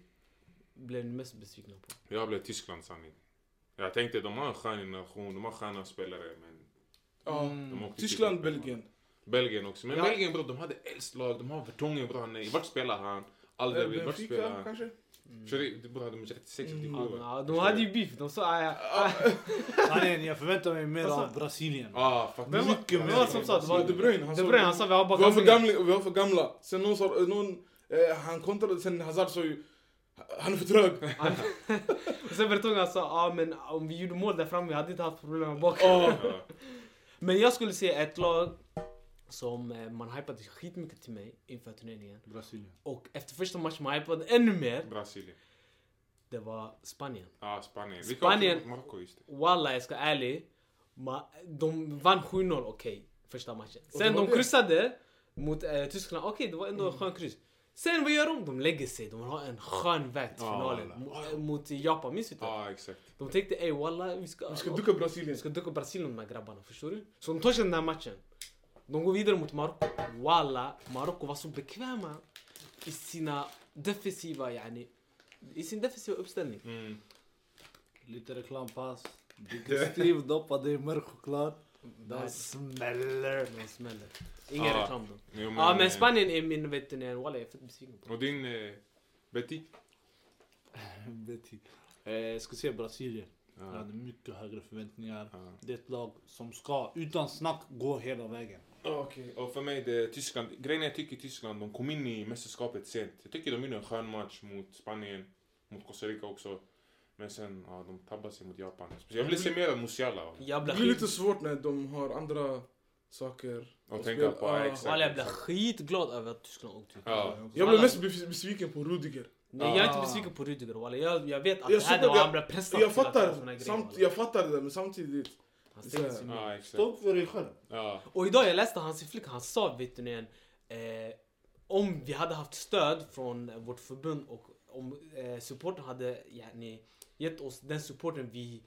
S1: blev ni mest besvikna på?
S2: Jag blev Tyskland sanning. Jag tänkte de har en skön nation, de har sköna spelare men...
S4: Ja.
S2: De åkte
S4: Ah, Tyskland,
S2: till Belgien.
S4: Belgien.
S2: Belgien också. Men
S1: Ja.
S2: Belgien bror, de hade äldst lag, de har Vertongen bror. han är- Vart spelar han?
S4: Eh,
S2: Alderweireld, vart spelar
S4: Benfica
S2: han?
S4: kanske?
S1: Mm.
S2: Shuri, bror hade de 36,
S4: Mm.
S2: 37
S1: Ja,
S2: år?
S1: men, de hade ju beef. De sa... ah, ah,
S3: Sanningen, jag förväntar mig mer
S1: Alltså-
S3: av Brasilien.
S2: Ah, fuck.
S1: Vem var-
S2: Mycket
S1: vem
S2: mer.
S1: var det som sa att det var-
S4: De Bruyne, han
S1: De
S4: sa-
S1: Bruyne han sa vi har bara
S4: Vi var för
S1: gamlingar."
S4: gamla. Vi var för gamla. Sen någon sa... eh, Någon, eh, han kontrade, sen Hazard sa ju... Han är för trög.
S1: Och sen Vertonghen sa ah, men om vi gjorde mål där framme vi hade inte haft problem här bak.
S2: Ja.
S1: Men jag skulle säga ett lag som eh, man hypade skitmycket till mig inför turneringen.
S3: Brasilien.
S1: Och efter första matchen man hypade ännu mer.
S2: Brasilien.
S1: Det var Spanien.
S2: Ja, Spanien. Vilka
S1: Spanien-
S2: åkte mot Marocko, just det.
S1: Walla jag ska vara ärlig. Ma- de vann 7-0, okej. första matchen.
S4: Och
S1: Sen
S4: det var
S1: de
S4: det.
S1: kryssade mot eh, Tyskland. Okej, det var ändå en skön kryss. Sen vad gör de? De lägger sig. De har en skön väg till
S2: Ja,
S1: finalen.
S2: walla.
S1: Mot, mot Japan, minns du inte?
S2: Ja, exakt.
S1: De tänkte ey walla vi ska...
S4: Vi ska ducka Brasilien.
S1: Vi ska ducka Brasilien de här grabbarna, förstår du? Så de tar sig den här matchen. De går vidare mot Marocko. Walla, Marocko var så bekväma i sina defensiva, yani. I sin defensiva uppställning.
S2: Mm.
S3: Lite reklampass. Digestiv doppade i mörk choklad. Där smäller.
S1: De smäller. Ingen
S2: Ja.
S1: reklam då.
S2: Jo,
S1: Ja ah, men
S2: eh,
S1: Spanien är min vet du när walla jag är fett besviken på.
S2: Och din eh, Betty?
S3: Betty. Eh, jag ska se Brasilien. Jag
S2: Ja.
S3: hade mycket högre förväntningar.
S2: Ja.
S3: Det är ett lag som ska, utan snack, gå hela vägen.
S2: Okej. Och för mig, det är Tyskland. Grejen är, jag tycker Tyskland, de kom in i mästerskapet sent. Jag tycker de gjorde en skön match mot Spanien, mot Costa Rica också. Men sen, ja, de tabbade sig mot Japan. Speciellt- Jag ville se mer av Musiala. va?
S1: Jag
S4: Det
S1: blir
S4: blir
S1: skit...
S4: lite svårt när de har andra saker.
S2: Och tänka på, ja,
S4: Ja,
S2: exakt.
S1: Walla jag blir
S2: exakt.
S1: skitglad över att Tyskland åkte ut.
S2: Ja.
S4: Jag blev mest bes- besviken på Rudiger.
S1: Nej jag är inte
S3: Ah.
S1: besviken på Rudiger walla. Jag, jag vet att
S4: Jag
S1: det här
S4: såg-
S1: var
S4: jag-
S1: han blev pressad
S4: Jag
S1: till att göra såna
S4: fattar,
S1: här
S4: samt,
S1: grejer,
S4: jag fattar det, men samtidigt.
S1: walla. Han stänger sin mun.
S2: Ja, exakt.
S3: Stå upp för dig själv.
S2: Ja.
S1: Och idag jag läste hans flicka, han sa vet du igen, eh, om vi hade haft stöd från vårt förbund och om eh, supporten hade yani, gett oss den supporten vi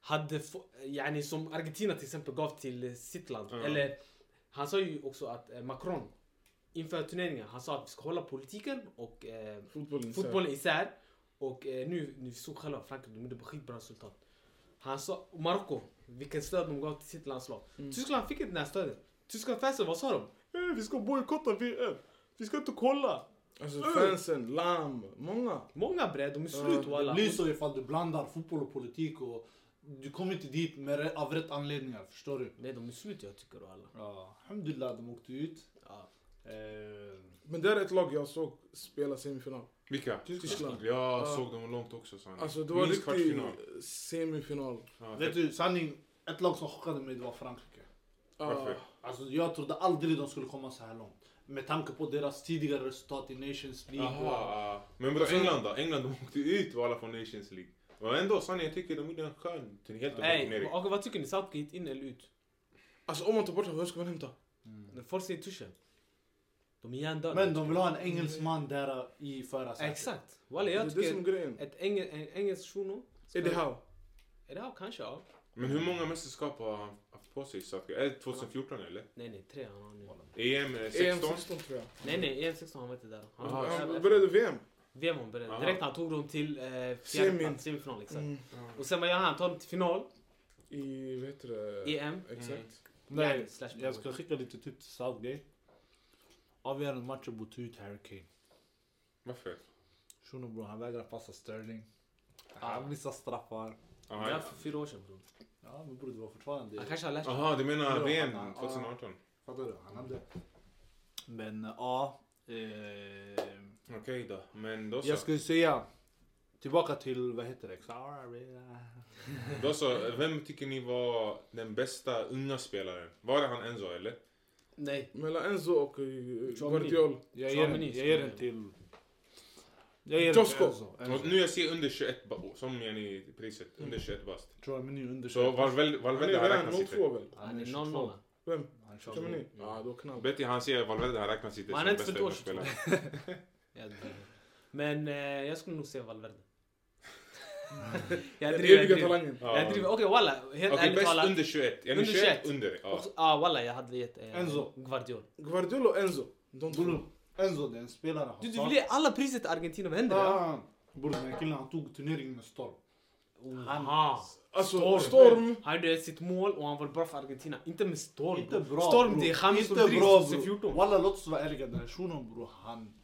S1: hade få- yani, som Argentina till exempel gav till eh, sitt land.
S2: Ja.
S1: Eller han sa ju också att eh, Macron inför turneringen, han sa att vi ska hålla politiken och eh,
S4: Fotbollen. så här.
S1: fotbollen isär. Och eh, nu, ni såg själva Frankrike, de gjorde på skitbra resultat. Han sa, Marocko, vilken stöd de gav till sitt landslag.
S4: Mm.
S1: Tyskland fick inte det här stödet. Tyskland fansen, vad sa de? Eh, vi ska bojkotta VM. Vi ska inte kolla.
S4: Alltså
S1: Mm.
S4: fansen, Lam, många.
S1: Många bre, de är slut
S4: Ja,
S1: walla.
S3: Det blir så ifall du blandar fotboll och politik och du kommer inte dit med, re- av rätt anledningar, förstår du?
S1: Nej, de är slut jag tycker walla.
S3: Ja, alhamdulillah, de åkte ut.
S1: Ja.
S3: Eh,
S4: Men det är ett lag jag såg spela semifinal.
S2: Vilka?
S4: Tyskland.
S2: Jag
S4: Ja.
S2: såg dem långt också. Så
S4: Alltså det var
S2: Minst
S4: riktig
S2: kvartsfinal.
S4: semifinal.
S2: Ja,
S3: vet du, sanning, ett lag som chockade mig det var Frankrike.
S4: Ah,
S2: Varför?
S3: Alltså, jag trodde aldrig de skulle komma så här långt. Med tanke på deras tidigare resultat i Nations League.
S2: Aha,
S3: Och,
S2: ja. Men bro, England då? England de åkte ut alla från Nations League. Och ändå, sanningen, jag tycker de gjorde en skön turn- helt okej
S1: Ey,
S2: turnering.
S1: och vad tycker ni? Southgate in eller ut?
S4: alltså om man tar bort honom, vem ska man hämta? Mm.
S1: Men Folk säger Tuchel. De är hjärndöda.
S3: men de vill ha en engelsman där i förarsätet.
S1: Exakt. Walla
S4: Det är
S1: jag
S4: det som
S1: tycker
S4: är grejen.
S1: ett engel, en engelsk shuno.
S4: Är det här?
S1: Är det här kanske? Ja.
S2: Men hur många mästerskap har han haft på sig? Southgate? Är det 2014 eller?
S1: Nej nej, tre han har nu.
S2: EM eh,
S4: EM
S2: 16?
S4: 16 E tror jag.
S1: Nej nej, EM 16 han var inte där. Han
S2: Aha,
S1: var
S4: Han
S1: där
S4: började VM.
S1: VM hon började.
S2: Aha.
S1: Direkt han tog dem till eh, fjärde
S4: Semin.
S1: plats, semifinal. Exakt.
S4: Mm.
S1: Och sen vad gör han? Han tar dem till final,
S4: I, eh, vad heter det?
S1: EM.
S4: Exakt.
S3: Nej,
S1: Nej, slash
S3: jag ska skicka lite tips till Southgate. Avgörande matcher borde ta ut Harry Kane.
S2: Varför?
S3: Shuno bror, han vägrar passa Sterling. Han missar straffar.
S1: Det här
S2: Aha,
S1: för fyra år sedan bror.
S3: Ja, men bror det var fortfarande...
S1: Han kanske har lärt sig.
S2: Aha du menar
S3: Ja,
S2: VM
S3: han-
S2: 2018?
S3: Fattar du? Han hade... Men eh, ja... Eh,
S2: Okej då, men då
S3: jag
S2: så.
S3: skulle säga... Tillbaka till, vad heter det? Xarabia.
S2: Då så, vem tycker ni var den bästa unga spelaren? Var det han Enzo eller?
S1: Nej.
S4: Mellan Enzo och eh, Guardiol.
S3: Jag ger den,
S1: Chouameni
S3: jag
S1: skulle
S3: ger
S1: jag
S3: den
S1: ge.
S3: till... Jag ger den
S4: Josko.
S3: till Enzo.
S2: Och nu jag ser under 21 ba- oh, som är ni priset, under 21 bast.
S3: Chouameni
S2: Så
S3: undersökt.
S2: Valverde,
S4: Han
S2: Valverde
S4: är
S2: han
S4: redan
S2: räknas
S4: 02
S2: inte.
S4: väl?
S1: Han är
S3: 22.
S1: 0-0.
S4: Vem?
S3: Han är
S4: Kommer
S3: 22.
S4: ni? Ja, då knall.
S2: Betty han säger Valverde han räknas inte
S1: Men han
S2: som
S1: är inte
S2: bästa
S1: fyllt år
S2: unga spelare.
S1: Ja, det är det. Men eh, jag skulle nog säga Valverde. jag
S4: Den
S1: driver, jag
S4: eviga
S1: driver.
S4: talangen.
S2: Ja.
S1: Jag driver. Okej walla, helt
S2: Okej,
S1: ärligt
S2: bäst
S1: talat.
S2: under 21. Är ni
S1: Under
S2: 21
S1: 21?
S2: under? Ja.
S1: Också- Ah walla, jag hade gett eh,
S3: Enzo.
S1: Guardiol.
S4: Guardiol och Enzo. De två.
S3: Bror, Enzo det är en spelare. han
S1: Du, du
S3: tar-
S1: vill ge alla priser till Argentina, vad händer? där?
S3: Ah, Bror den här killen han tog turneringen med storm.
S1: Oh,
S3: Han-
S1: Aha.
S4: Alltså
S3: Storm.
S4: Storm.
S1: Han gjorde sitt mål och han var bra för Argentina. Inte med Storm.
S3: Inte bra
S1: Storm
S3: bror.
S1: det är James
S3: Inte bra bror.
S1: 2014.
S3: Walla låt oss vara ärliga. Den här shunon bror han...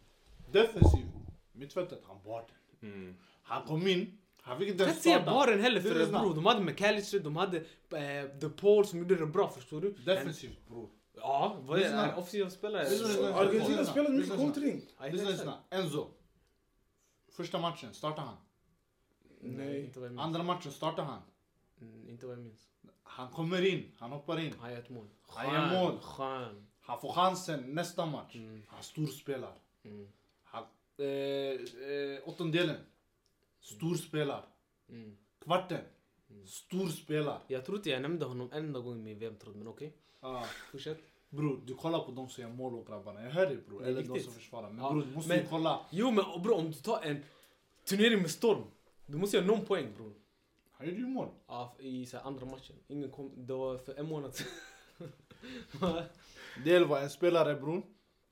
S3: Defensiv. Mittfältet han bar den.
S2: Mm.
S3: Han kom in. Han fick inte
S1: Jag kan
S3: ens
S1: inte säga
S3: starta.
S1: baren heller
S3: Det är
S1: för
S3: snabbt.
S1: bror, de hade McAllister, de hade eh, The Paul som gjorde det bra förstår du?
S3: Defensivt bror.
S1: Ja, vad är
S3: Lyssna.
S1: det? Offensiva spelare?
S3: Lyssna.
S4: Argentina
S3: Lyssna.
S4: spelade mycket
S3: Lyssna.
S4: kontring.
S1: Ja,
S3: Lyssna,
S1: exakt.
S3: lyssna. Enzo. Första matchen startade han.
S4: Nej.
S1: Inte vad jag minns.
S3: Andra matchen startade han.
S1: Mm, inte vad jag minns.
S3: Han kommer in, han hoppar in.
S1: Han gör ett mål.
S3: Han gör mål.
S1: Skön.
S3: Han får chansen nästa match.
S1: Mm.
S3: Han storspelar.
S1: Mm.
S3: Han, eh, eh, åttondelen. Storspelar.
S1: Mm.
S3: Kvarten. Storspelar.
S1: Jag tror inte jag nämnde honom en enda gång i min VM-tråd, men okej.
S3: Ah,
S1: Fortsätt.
S3: bror, du kollar på de som gör mål och grabbarna. Jag hör dig bror.
S1: Det är
S3: Eller de
S1: viktigt.
S3: som försvarar. Men
S1: Ja,
S3: bror, du måste
S1: men-
S3: ju kolla.
S1: Jo men bror, om du tar en turnering med storm, du måste göra någon poäng bror.
S3: Han gjorde ju mål.
S1: Ja, I så här, andra matchen. Ingen kom, det var för en månad sedan.
S3: Del var en spelare bror.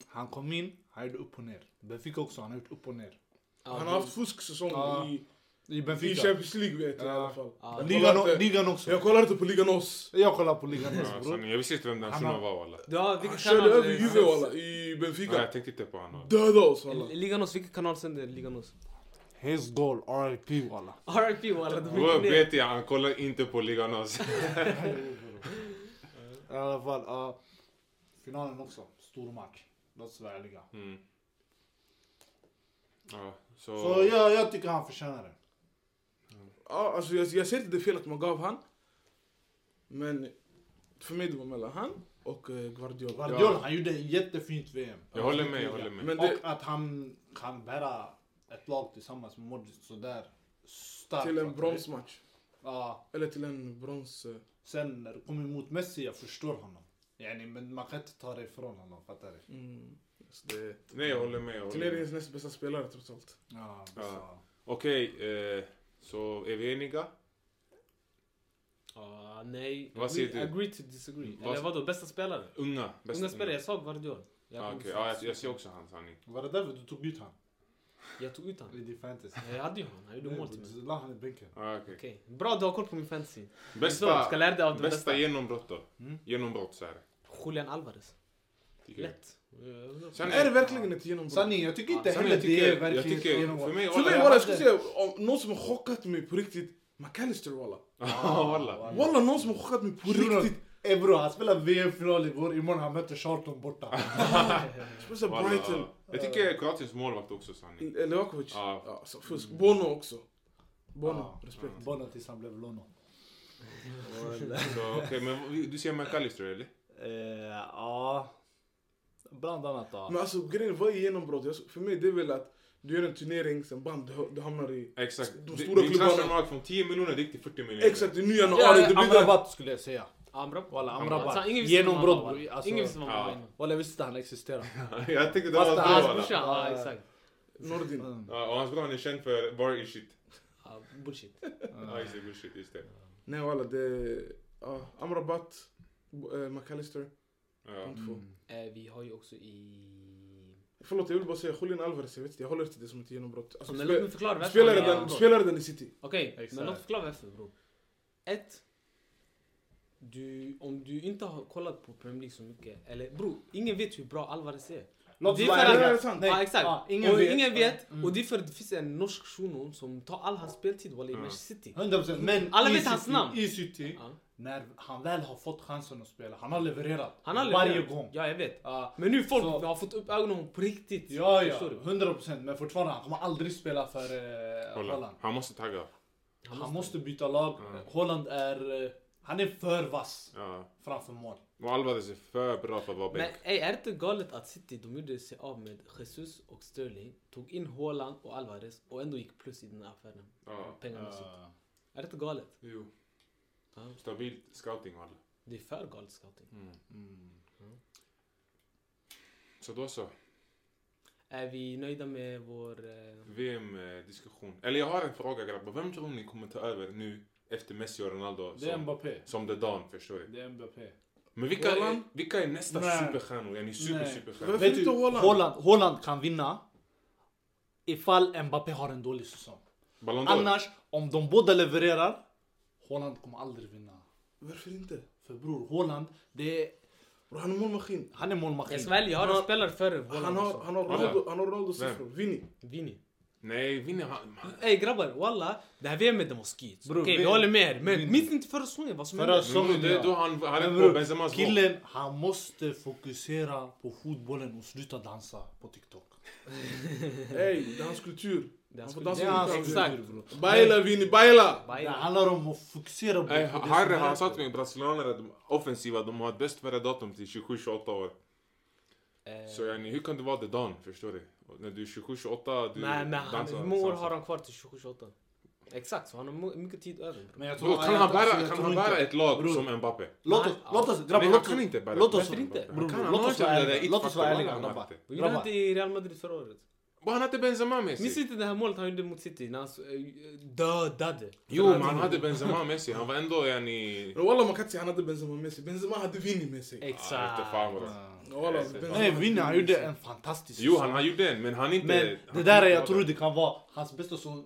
S3: Han kom in, han gjorde upp och ner. Benfica också, han har gjort upp och ner.
S1: Ja,
S4: Han
S1: bror.
S4: har haft fusksäsong
S3: Ja.
S4: i,
S3: I
S4: i
S3: Ah, Benfica.
S4: Champions League vet jag i alla fall.
S1: Ja.
S4: Jag kollar
S3: Ligan,
S4: inte-
S3: ligan också.
S4: Jag kollar inte på Ligan OS.
S3: Jag kollar på ligan också
S2: Ja,
S3: bror.
S2: sanning. jag visste inte vem den
S3: Han
S2: shunon
S3: har-
S2: var walla.
S1: Ja, vilken
S4: Han körde
S1: kanal?
S4: över Ah, Juve walla, i
S2: Nej,
S4: Benfica.
S2: jag tänkte inte på honom.
S4: Döda oss walla.
S1: Liganos, vilken kanal sänder Liganos?
S3: His goal, RIP walla.
S1: RIP walla, de
S2: Då
S1: gick ner.
S2: vet jag, han kollar inte på ligan alls.
S3: I alla fall, ja. finalen också. Stor match. Låt oss vara ärliga.
S2: Mm. Ja, så...
S3: Så ja, jag tycker han förtjänar det.
S4: Ja, alltså jag, jag ser inte det fel att man gav han. Men för mig det var mellan han och eh, Guardiola.
S3: Guardiola, han gjorde ett jättefint VM.
S2: Jag håller med, jag håller med.
S4: Men det,
S3: Och att han kan bära ett lag tillsammans med Modric sådär starkt.
S4: till en
S3: fattar du?
S4: bronsmatch.
S3: Ja.
S4: Eller till en brons... eh,
S3: Sen när det kommer mot Messi, jag förstår honom. Yani, men man kan inte ta det ifrån honom, fattar du?
S4: Mm, så det,
S2: Nej, jag håller med. Jag håller med.
S4: turneringens näst bästa spelare trots allt.
S3: Ja,
S2: Ja.
S3: så.
S2: Okej, eh, så är vi eniga?
S1: Ah, nej.
S2: Vad säger
S1: Agree-
S2: du?
S1: Agree to disagree.
S2: Vad-
S1: Eller vadå, bästa spelare?
S2: Unga?
S1: Unga spelare,
S2: unga.
S1: jag sa Guardiola.
S2: Ah,
S1: kom
S2: okej.
S1: från-
S2: Ja, jag, jag ser också hans sanning.
S3: Var det därför du tog ut han?
S1: Jag tog ut honom.
S3: I din fantasy?
S1: Jag hade ju honom, han gjorde mål till mig.
S3: Du la han i bänken.
S2: Ah, okej.
S1: Okej, bra du har koll på min fantasy. Så,
S2: Bästa,
S1: ska lära dig av det
S2: bästa,
S1: bästa.
S2: genombrott då?
S3: Mm.
S2: Genombrott så här.
S1: Julian Alvarez.
S2: tycker jag.
S1: Lätt. Eh,
S2: Sen-
S4: Är det verkligen ett genombrott?
S3: Sanning, jag tycker inte
S2: Sen
S3: heller
S2: jag
S3: det är
S2: tycker, jag
S3: verkligen
S2: tycker,
S3: genombrott.
S2: för mig,
S4: För mig
S2: walla...
S3: jag-
S4: walla, jag skulle säga om någon som har chockat mig på riktigt, McAllister walla.
S2: Ah, walla.
S4: Walla någon som har chockat mig på
S3: Shunon,
S4: riktigt.
S3: Ey bror, han spelar VM-final igår, imorgon han möter Charlton borta.
S4: Speciellt
S2: Walla.
S4: Brighton. Mm.
S2: Jag tycker Kroatiens målvakt också sanning.
S4: Levakovic.
S2: Ja.
S4: Ja, så fusk. Bono också. Bono,
S3: Ja.
S4: respekt.
S3: Bono tills han blev Lono.
S2: Så okej, men vi- du ser McAllister eller?
S1: Eh,
S5: Ja, bland annat då.
S4: Men alltså grejen, vad är genombrott? Jag- För mig det är väl att du gör en turnering, sen bam, du, du hamnar i...
S2: Exakt.
S4: De
S2: Det-
S4: stora
S2: Din
S4: klubbarna.
S2: transfermarkt från 10 miljoner gick till 40 miljoner.
S4: Exakt, i nya januari.
S5: Ja,
S4: det blir det.
S5: Amrabat skulle jag säga.
S1: Amrabat.
S5: Walla,
S1: Alltså,
S5: Amrabat.
S1: ingen visste vem han
S5: Genombrott,
S1: var,
S5: bror.
S1: walla.
S5: Alltså,
S1: Ingen visste vem han var
S2: Ja.
S1: innan.
S5: Walla, jag visste att han existerade.
S2: jag tänkte det var
S5: Fast
S2: bra
S5: hans
S1: Hans
S2: walla.
S1: brorsa, ja
S5: Ja.
S1: exakt.
S4: Nordin.
S1: Mm.
S2: Ja, och hans bror han är känd för bar shit.
S1: Ja, bullshit.
S3: Mm.
S2: Ja, just det, bullshit, just det.
S4: Nej walla, det... Ja, ah, Amrabat, eh, McAllister,
S3: Mm.
S2: Ja.
S4: de två.
S1: Eh, vi har ju också i...
S4: Förlåt, jag vill bara säga Julian Alvarez, jag vet inte, jag håller inte det som ett genombrott. Alltså,
S1: Men
S4: spe-
S1: låt mig förklara varför.
S4: spelare,
S1: han är
S4: den,
S1: genombrott.
S4: spelare den i City.
S1: Okej, men
S5: Exakt.
S1: låt förklara varför bror. Ett. Du, om du inte har kollat på Premier League så mycket, eller bror, ingen vet hur bra Alvarez är.
S3: Låt
S1: Det
S3: oss
S1: är
S3: vara
S1: för
S4: att-
S3: ärliga.
S4: sant.
S1: ja, exakt.
S3: ja,
S1: ingen,
S3: ingen
S1: och, vet.
S3: vet.
S1: ingen vet.
S3: Mm.
S1: Och det är för att det finns en norsk shuno som tar all hans speltid walla i
S4: Mm.
S2: Ja.
S1: Manchester City.
S3: 100% men
S1: Alla
S3: i
S1: vet hans
S3: City-
S1: namn.
S3: I City,
S1: Ja.
S3: när han väl har fått chansen att spela, han har levererat.
S1: Han har
S3: Varje
S1: levererat.
S3: gång.
S1: Ja, jag vet.
S3: Ja,
S1: Men nu folk
S3: Så-
S1: har fått upp ögonen på riktigt.
S3: ja, ja.
S1: Förstår du?
S3: 100% men fortfarande, han kommer aldrig spela för eh,
S2: Kolla.
S3: Holland.
S2: Han måste tagga.
S1: måste-
S3: Han måste byta lag.
S2: Ja.
S3: Holland är... eh, Han är för vass
S2: Ja.
S3: framför mål.
S2: Och Alvarez är för bra för att vara
S1: Men
S2: bänk.
S1: ey, är det inte galet att City de gjorde sig av med Jesus och Sterling, tog in Haaland och Alvarez och ändå gick plus i den här affären?
S2: Ja.
S1: Pengamässigt.
S3: Eh,
S1: Är det inte galet?
S2: Jo.
S1: Ja.
S2: Stabilt scouting walla.
S1: Det är för galet scouting.
S3: mm.
S2: Så då så.
S1: Är vi nöjda med vår... Eh,
S2: VM-diskussion. Eller jag har en fråga grabbar. Vem tror ni kommer ta över nu efter Messi och Ronaldo?
S3: Det är
S2: Som,
S3: Mbappé.
S2: som the Don, förstår du?
S3: Det är Mbappé.
S2: Men vilka är,
S4: Haaland?
S2: vilka är nästa
S3: Nej.
S2: superstjärnor? Är ni super,
S3: Nej.
S2: superstjärnor?
S4: Varför inte Haaland?
S5: Holland, Holland kan vinna ifall Mbappé har en dålig säsong.
S2: Ballon d'Or?
S5: Annars, om de båda levererar,
S3: Holland kommer aldrig vinna.
S4: Varför inte?
S3: För bror, Holland, det är,
S4: Bro, han är målmaskin.
S5: han är målmaskin.
S1: jag svär, jag har en spelare före Haaland
S4: Han har,
S1: också.
S4: han har Ronaldo, han har Ronaldo
S2: Vem?
S4: siffror. Vinny.
S1: Vini.
S2: Nej, vinner han? han-
S1: Ey grabbar, walla. Det här VMet det var skit. Okej,
S5: Bror,
S1: vi
S5: vi-
S1: håller med er. Men
S3: Vini.
S1: minns ni inte förra säsongen vad som
S3: Förra
S1: hände?
S2: Men
S3: s- Som
S2: bror, det är
S3: jag.
S2: då han, han
S3: Men
S2: är på
S3: bror,
S2: Benzemas val.
S3: killen han måste fokusera på fotbollen och sluta dansa på TikTok.
S4: Ey, det är hans kultur.
S1: Det
S4: Han
S1: är
S4: får
S1: hans
S4: dansa
S1: kultur.
S4: med
S1: Ja,
S4: kulturen.
S1: exakt.
S4: Baila Vini, baila!
S1: Baila.
S3: Det handlar om att fokusera på
S2: Nej,
S3: på det
S2: Eh, Harry
S3: som
S2: han
S3: händer.
S2: sa till mig, brasilianare, de offensiva, de har ett bäst före datum till 27-28 år.
S1: Eh,
S2: Så yani, hur kan du vara the Don, förstår du? Och När du är 27-28, du
S1: Nej men han,
S2: dansar
S1: hur många år
S2: salsa.
S1: har han kvar till 27-28? Exakt, så han har mo- mycket tid över.
S3: Men jag
S2: Bro,
S3: tror,
S2: kan
S3: jag
S2: han
S3: tror-
S2: bära,
S3: jag
S2: kan
S3: tror
S2: han
S3: inte-
S2: bära ett lag
S3: Bror.
S2: som Mbappé?
S3: Låt oss, låt oss, grabbar,
S2: Nej,
S3: låt
S2: han
S3: oss.
S2: kan inte bära
S3: låt oss-
S2: ett lag som
S1: inte?
S2: Mbappé.
S3: Bror,
S2: Han kan- han
S3: låt
S2: har
S3: oss
S2: inte
S3: vara
S2: den där
S3: ärliga. Låt oss vara
S2: it-faktorn,
S3: ärliga,
S2: han har
S3: grabbar.
S2: inte.
S1: Vad gjorde han
S3: Grabbar.
S1: inte i Real Madrid förra året?
S2: Bara Han hade Benzema med
S1: Minns
S2: sig.
S1: inte det här målet han gjorde mot City när han s- eh, dödade?
S2: Jo, men han hade Benzema med sig. Han var ändå yani...
S4: Men Wallah man kan inte säga han hade Benzema med sig. Benzema hade Vini med sig.
S2: Ah,
S1: Exakt!
S2: inte fan vad-
S4: Wallah,
S2: Nej,
S4: Benzema
S3: Nej,
S4: hade
S3: Vinny han
S4: Vini med
S3: gjorde
S4: sig.
S3: en fantastisk
S2: Jo,
S3: säsong.
S2: han har gjort den, men han inte...
S3: Men
S2: han
S3: det
S2: kan
S3: där
S2: inte
S3: är,
S2: vara
S3: jag tror
S2: där.
S3: det kan vara hans bästa, säsong-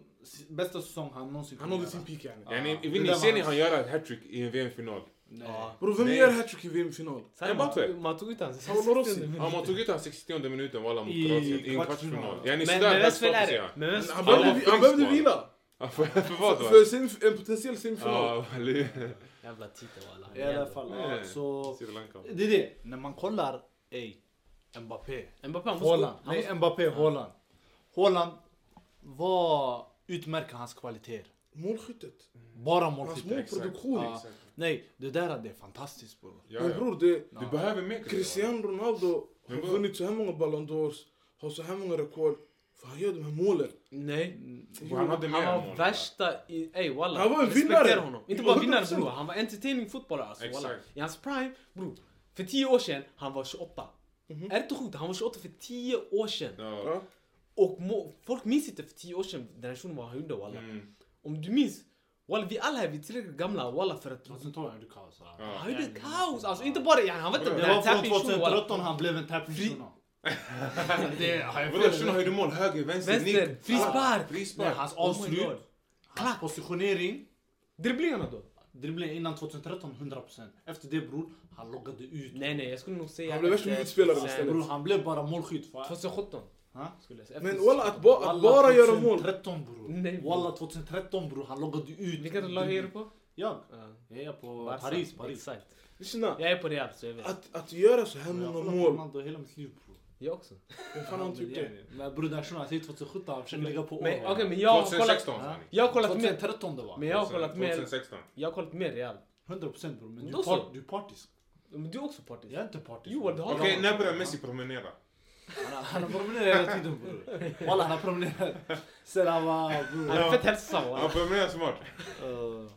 S3: bästa säsong han någonsin
S4: Han
S3: kunde
S4: nådde
S3: göra.
S4: sin peak yani.
S2: Yani,
S3: Det där
S2: Vinny,
S3: var
S2: ser ni
S3: hans-
S2: han göra ett hattrick i en VM-final?
S3: Nej.
S1: Ja.
S4: Bror vem
S2: Nej.
S4: gör hattrick i VM-final?
S1: Sen man,
S2: Mbappé.
S1: tog, man tog ut hans...
S4: Han var Rossi.
S2: Ja, man tog ut han 60 minuten walla mot
S3: I
S2: Kroatien i en
S3: kvartsfinal.
S2: kvartsfinal. Yani
S1: Men,
S2: sådär,
S1: men
S2: där
S1: vems fel är
S2: status är
S1: det?
S2: han.
S1: Men vems
S4: Han
S1: fel är
S4: behövde,
S1: det?
S2: Alla
S4: han behövde
S2: poäng
S4: vila.
S2: Ja, För för vad
S4: För
S2: va?
S4: semif- en potentiell semifinal.
S2: Ja, eller hur?
S1: Jävla titel walla.
S3: I alla fall, ja,
S2: Nej.
S3: så...
S2: Sri Lanka.
S3: Det är det, när man kollar, ey, Mbappé.
S1: Mbappé han måste
S3: Haaland.
S1: gå. Han
S3: Nej,
S1: måste...
S3: Mbappé, Haaland. Haaland, vad utmärker hans kvaliteter?
S4: Målskyttet.
S3: Bara
S4: Hans
S3: målskytte.
S2: exakt.
S4: målproduktion.
S3: Ja. Nej, det där det är fantastiskt bror.
S2: Ja,
S4: Men
S2: ja.
S4: bror, det,
S2: Du behöver mer
S4: Cristiano Ronaldo
S2: Men
S4: har
S2: vad-
S4: vunnit så här många Ballon d'Ors, har så här många rekord. För han gör de här målen.
S1: Nej.
S2: Cristiano. Han hade mer
S1: Han
S2: än
S1: var
S2: mål.
S1: värsta i... Ey walla.
S4: Han var en
S1: Respektera
S4: vinnare.
S1: honom. Inte bara vinnare
S4: 100%.
S1: bror. Han var entertaining fotbollare alltså walla.
S2: Exakt.
S1: I hans prime bror. För 10 år sedan, han var 28.
S3: Mhm.
S1: Är det inte sjukt? Han var 28 för 10 år sedan.
S2: Ja. mm.
S4: Ja.
S1: Och må, folk minns inte för 10 år sedan den här shunon vad han gjorde walla.
S2: Mm.
S1: Om du minns, walla vi alla här vi är tillräckligt gamla walla för att...
S3: Rosenthal gjorde kaos. va?
S2: Alltså, Ja.
S1: Han gjorde kaos! Alltså inte bara, yani, han var inte
S2: Det
S1: den
S3: Det
S1: här
S3: var från
S1: tapping shunon walla.
S3: 2013 han blev en tapping
S1: Fri-
S3: shuno. Det har jag
S2: Vadå,
S3: fel
S2: Shunon
S3: om.
S2: höjde mål höger, vänster,
S1: Vänster,
S2: nick.
S1: frispark.
S2: Ja,
S3: Nej,
S2: Frispark.
S3: Hans
S1: Oh my
S3: avslut,
S1: God.
S3: hans positionering.
S1: Dribblingarna då?
S3: Dribbling innan 2013, 100%. Efter det bror, han loggade ut. Alltså,
S1: Nej nej jag skulle nog säga...
S4: Han blev
S1: att,
S4: värsta
S1: eh,
S4: utspelaren
S1: sen-
S4: istället.
S3: Bror, han blev bara målskytt. va?
S1: 2017
S3: Ha?
S1: skulle jag säga.
S4: Men
S1: Efter-
S4: walla att, ba, att
S3: Walla,
S4: bara göra mål.
S3: 2013 bror.
S1: Nej, bror.
S3: Walla 2013 bror, han loggade ut.
S1: Vilka lag är du på?
S3: Jag.
S1: Ja,
S3: Jag är på
S1: Barca.
S3: Paris, Paris.
S1: Exakt.
S4: Lyssna.
S1: Jag är på Real så jag vet.
S4: Att, att göra så här
S3: Men jag
S4: många
S3: kollar på
S4: mål.
S3: Ronaldo hela mitt liv bror.
S1: Jag också.
S4: Vem fan har inte gjort det?
S3: Men bror den här shunon, han säger 2017, han försöker lägga på år.
S1: typ Men
S3: va?
S1: okej men jag har kollat...
S2: 2016 sa han.
S1: Jag har kollat mer...
S3: 2013 det var.
S1: Men jag har kollat mer...
S2: 2016.
S1: Jag har kollat mer Real.
S3: 100% bror, men du,
S1: Då
S3: är
S1: så.
S3: part, du är partisk.
S1: Men du är också partisk.
S3: Jag är inte partisk.
S1: Jo, det har-
S2: Okej, när börjar Messi promenera?
S3: Han har- Han har promenerat hela tiden bror. Walla han har promenerat. Sen han var bror.
S1: Han är fett hälsosam
S2: Han
S1: walla.
S2: promenerar smart.
S3: Eh,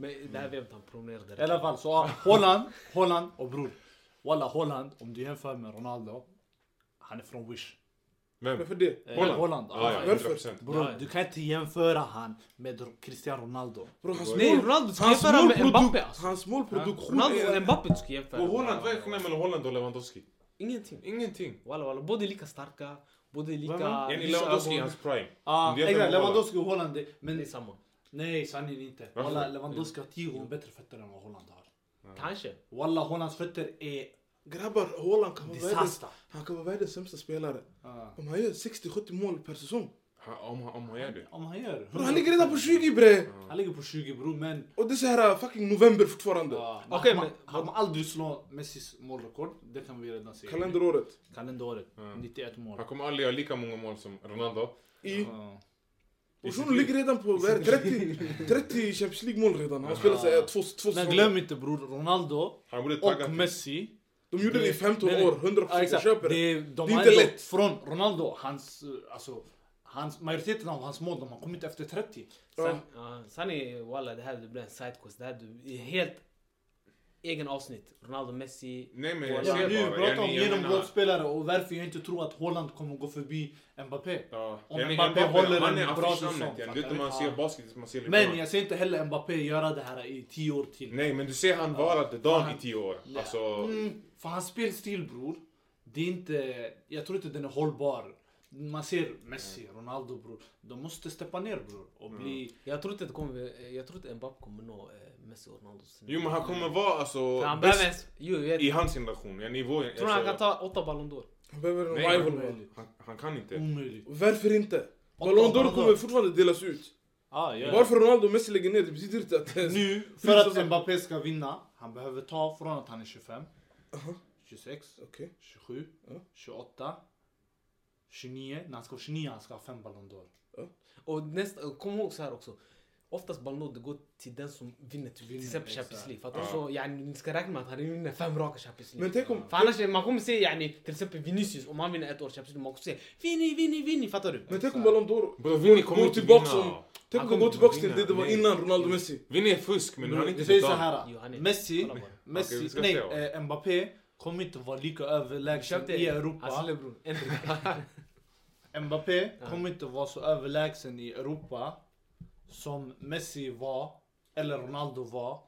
S1: Men det här vevet han promenerade.
S3: I alla fall så ah, Holland, Holland och bror. Walla Holland, om du jämför med Ronaldo. Han är från Wish.
S2: Vem?
S4: Varför det?
S3: Eh,
S2: Holland?
S3: Holland.
S2: Ja, ja,
S3: ah.
S2: 100%.
S3: Bror,
S1: Ja, ja.
S3: du kan inte jämföra han med Cristiano Ronaldo.
S4: Bror hans
S1: Nej
S4: mål...
S1: Ronaldo ska
S4: Hans
S1: jämföra med Mbappé
S4: målprodukt...
S1: alltså.
S4: Hans målproduktion
S1: Ronaldo och
S4: är...
S1: Mbappé du ska jämföra.
S2: Och Holland, vad är skillnaden mellan Holland och Lewandowski?
S1: Ingenting.
S2: Ingenting.
S1: Walla walla, båda är lika starka. Båda är
S3: Vem är
S1: lika...
S2: Yani
S1: lysa
S2: Lewandowski i
S1: ögon.
S2: hans prime.
S3: Ah,
S2: Det är
S3: exakt,
S2: Holland.
S3: Lewandowski och Holland. det-
S1: Det är
S3: Men
S1: samma.
S3: nej, sanningen inte.
S2: Varför?
S3: Walla, Lewandowski har tio gånger bättre fötter än vad Holland har.
S1: Kanske.
S3: Walla, Hollands fötter är...
S4: Grabbar, Haaland kan vara världens...
S3: Disaster.
S4: Han kan vara världens sämsta spelare.
S3: Ah.
S4: Om han gör 60-70 mål per säsong.
S3: Mm.
S2: Ha- Om han- om han gör det.
S3: Om han gör...
S4: Bror han ligger redan på 20 bre!
S3: Han ligger på 20 bror, men...
S4: Och det är så här äh, fucking november fortfarande.
S3: Ah,
S1: Okej,
S3: han,
S1: men-
S3: han kommer aldrig slå Messis målrekord. Det kan vi redan säga.
S4: Kalenderåret.
S3: Kalenderåret.
S2: Ja.
S3: 91 mål.
S2: Han kommer aldrig göra lika många mål som Ronaldo.
S4: I...
S3: Ah.
S4: Och Shunon ligger redan på vad är det, 30, 30 Champions League-mål redan. Han spelade såhär två, två
S3: Men
S4: säsonger.
S3: glöm inte bror, Ronaldo
S2: Han borde
S3: och
S2: tagga.
S3: Messi.
S4: De gjorde det i 15
S3: Nej, nej.
S4: år, 100
S3: Ja,
S4: procent. Jag
S3: exakt.
S4: köper det.
S3: det. är- De
S4: Det är
S3: har
S4: inte
S3: ändå-
S4: lätt.
S3: Från Ronaldo, hans, eh, alltså, hans, majoriteten av hans mål de har kommit efter 30.
S1: Sen,
S4: Ja.
S1: ja, sen är walla det här det blir en sidequest. Det här du, är helt egen avsnitt. Ronaldo, Messi.
S2: Nej men
S3: Ja,
S2: jag
S3: nu
S2: ser bara.
S3: pratar om
S2: Yani, jag menar-
S3: genombrottsspelare och varför jag inte tror att Holland kommer gå förbi Mbappé.
S2: Ja.
S3: Om
S2: Yani,
S3: Mbappé håller
S2: han är
S3: en bra säsong,
S2: affischnamnet. yani. Du vet
S3: fattar
S2: när man
S3: du?
S2: ser
S3: Ja.
S2: basket, man ser LeBron.
S3: Men jag ser inte heller Mbappé göra det här i 10 år till.
S2: Nej men du ser han vara the Don i tio år.
S3: Ja.
S2: Alltså,
S3: Mm, för hans spelstil bror, det är inte, jag tror inte den är hållbar. Man ser Messi,
S2: Mm.
S3: Ronaldo bror. De måste steppa ner bror och bli...
S1: Jag tror inte det kommer... Jag tror inte Mbappé kommer nå eh, Messi och Ronaldo.
S2: jo men han kommer vara alltså
S1: För han behöver
S2: bäst
S1: ens... Jo jag vet.
S2: i hans generation. Yani, i vår,
S1: Tror du han kan
S2: alltså,
S1: ta åtta Ballon d'Or?
S4: Han behöver en
S2: Nej,
S4: rival.
S3: omöjligt.
S4: man.
S2: han, han kan inte.
S3: Omöjligt.
S4: Varför inte? Ballon d'Or kommer fortfarande delas ut.
S3: Ah, ja.
S4: Varför Ronaldo och Messi lägger ner, det betyder inte att...
S3: Nu, för att Mbappé ska vinna, han behöver ta från att
S2: Uh-huh.
S3: han är 25, 26,
S4: Okej.
S3: 27,
S4: Ja.
S3: 28,
S5: 29, när han ska vara 29 han ska ha fem Ballon d'Or.
S1: Och nästa, kom ihåg så här också. Oftast Ballon d'Or det går till den som vinner till, till exempel
S5: exakt.
S1: Champions League. يعني Fattar du? Så yani, ni ska räkna med att han vinner fem raka Champions League.
S4: Men tänk om...
S1: För annars man kommer se yani, till exempel يعني Vinicius, om han vinner ett år Champions League, man kommer se Vinny, Vinny, Vinny, fattar du?
S4: Men tänk om Ballon d'Or
S2: Bro, Vinny
S4: går-
S2: kommer
S4: går
S2: inte
S4: tillbaka
S2: vinna.
S4: som... Tänk om
S1: Han
S4: det går
S1: kommer
S4: tillbaka till
S2: vinna.
S4: det det var
S2: Nej.
S4: innan Ronaldo Messi.
S2: Vinny är fusk men han är
S5: Det
S2: inte
S5: säger så
S2: bedömd.
S5: här.
S1: Jo, han är-
S5: Messi,
S1: kolla på det.
S5: Messi
S2: Okej, vi ska
S5: nej,
S2: se, va?
S5: eh, Mbappé kommer inte vara lika överlägsen i
S1: Hans
S5: Europa.
S1: lillebror. Endrik.
S5: Mbappé
S1: Ja.
S5: kommer inte vara så överlägsen i Europa som Messi var, eller Ronaldo var,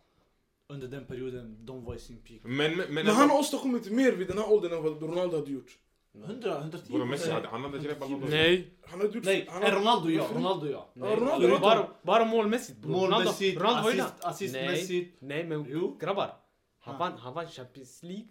S5: under den perioden de var i sin peak.
S2: Men, men, men,
S4: Men han har åstadkommit mer vid den här åldern än vad Ronaldo hade gjort.
S5: 100, 110
S2: Bro, Messi hade, han hade inte greppat Ballon d'Or.
S1: Nej.
S4: Han hade gjort...
S5: Nej,
S4: han
S5: eh,
S4: har-
S5: Ronaldo ja, Ronaldo ja.
S4: Ja, Ronaldo
S1: Bara-
S4: var
S1: bara, bara målmässigt bror.
S5: Målmässigt,
S1: var ju
S5: assist-
S1: där. Nej,
S5: assistmässigt.
S1: nej men
S5: Jo.
S1: grabbar. Han
S5: Ah.
S1: vann, han vann Champions League.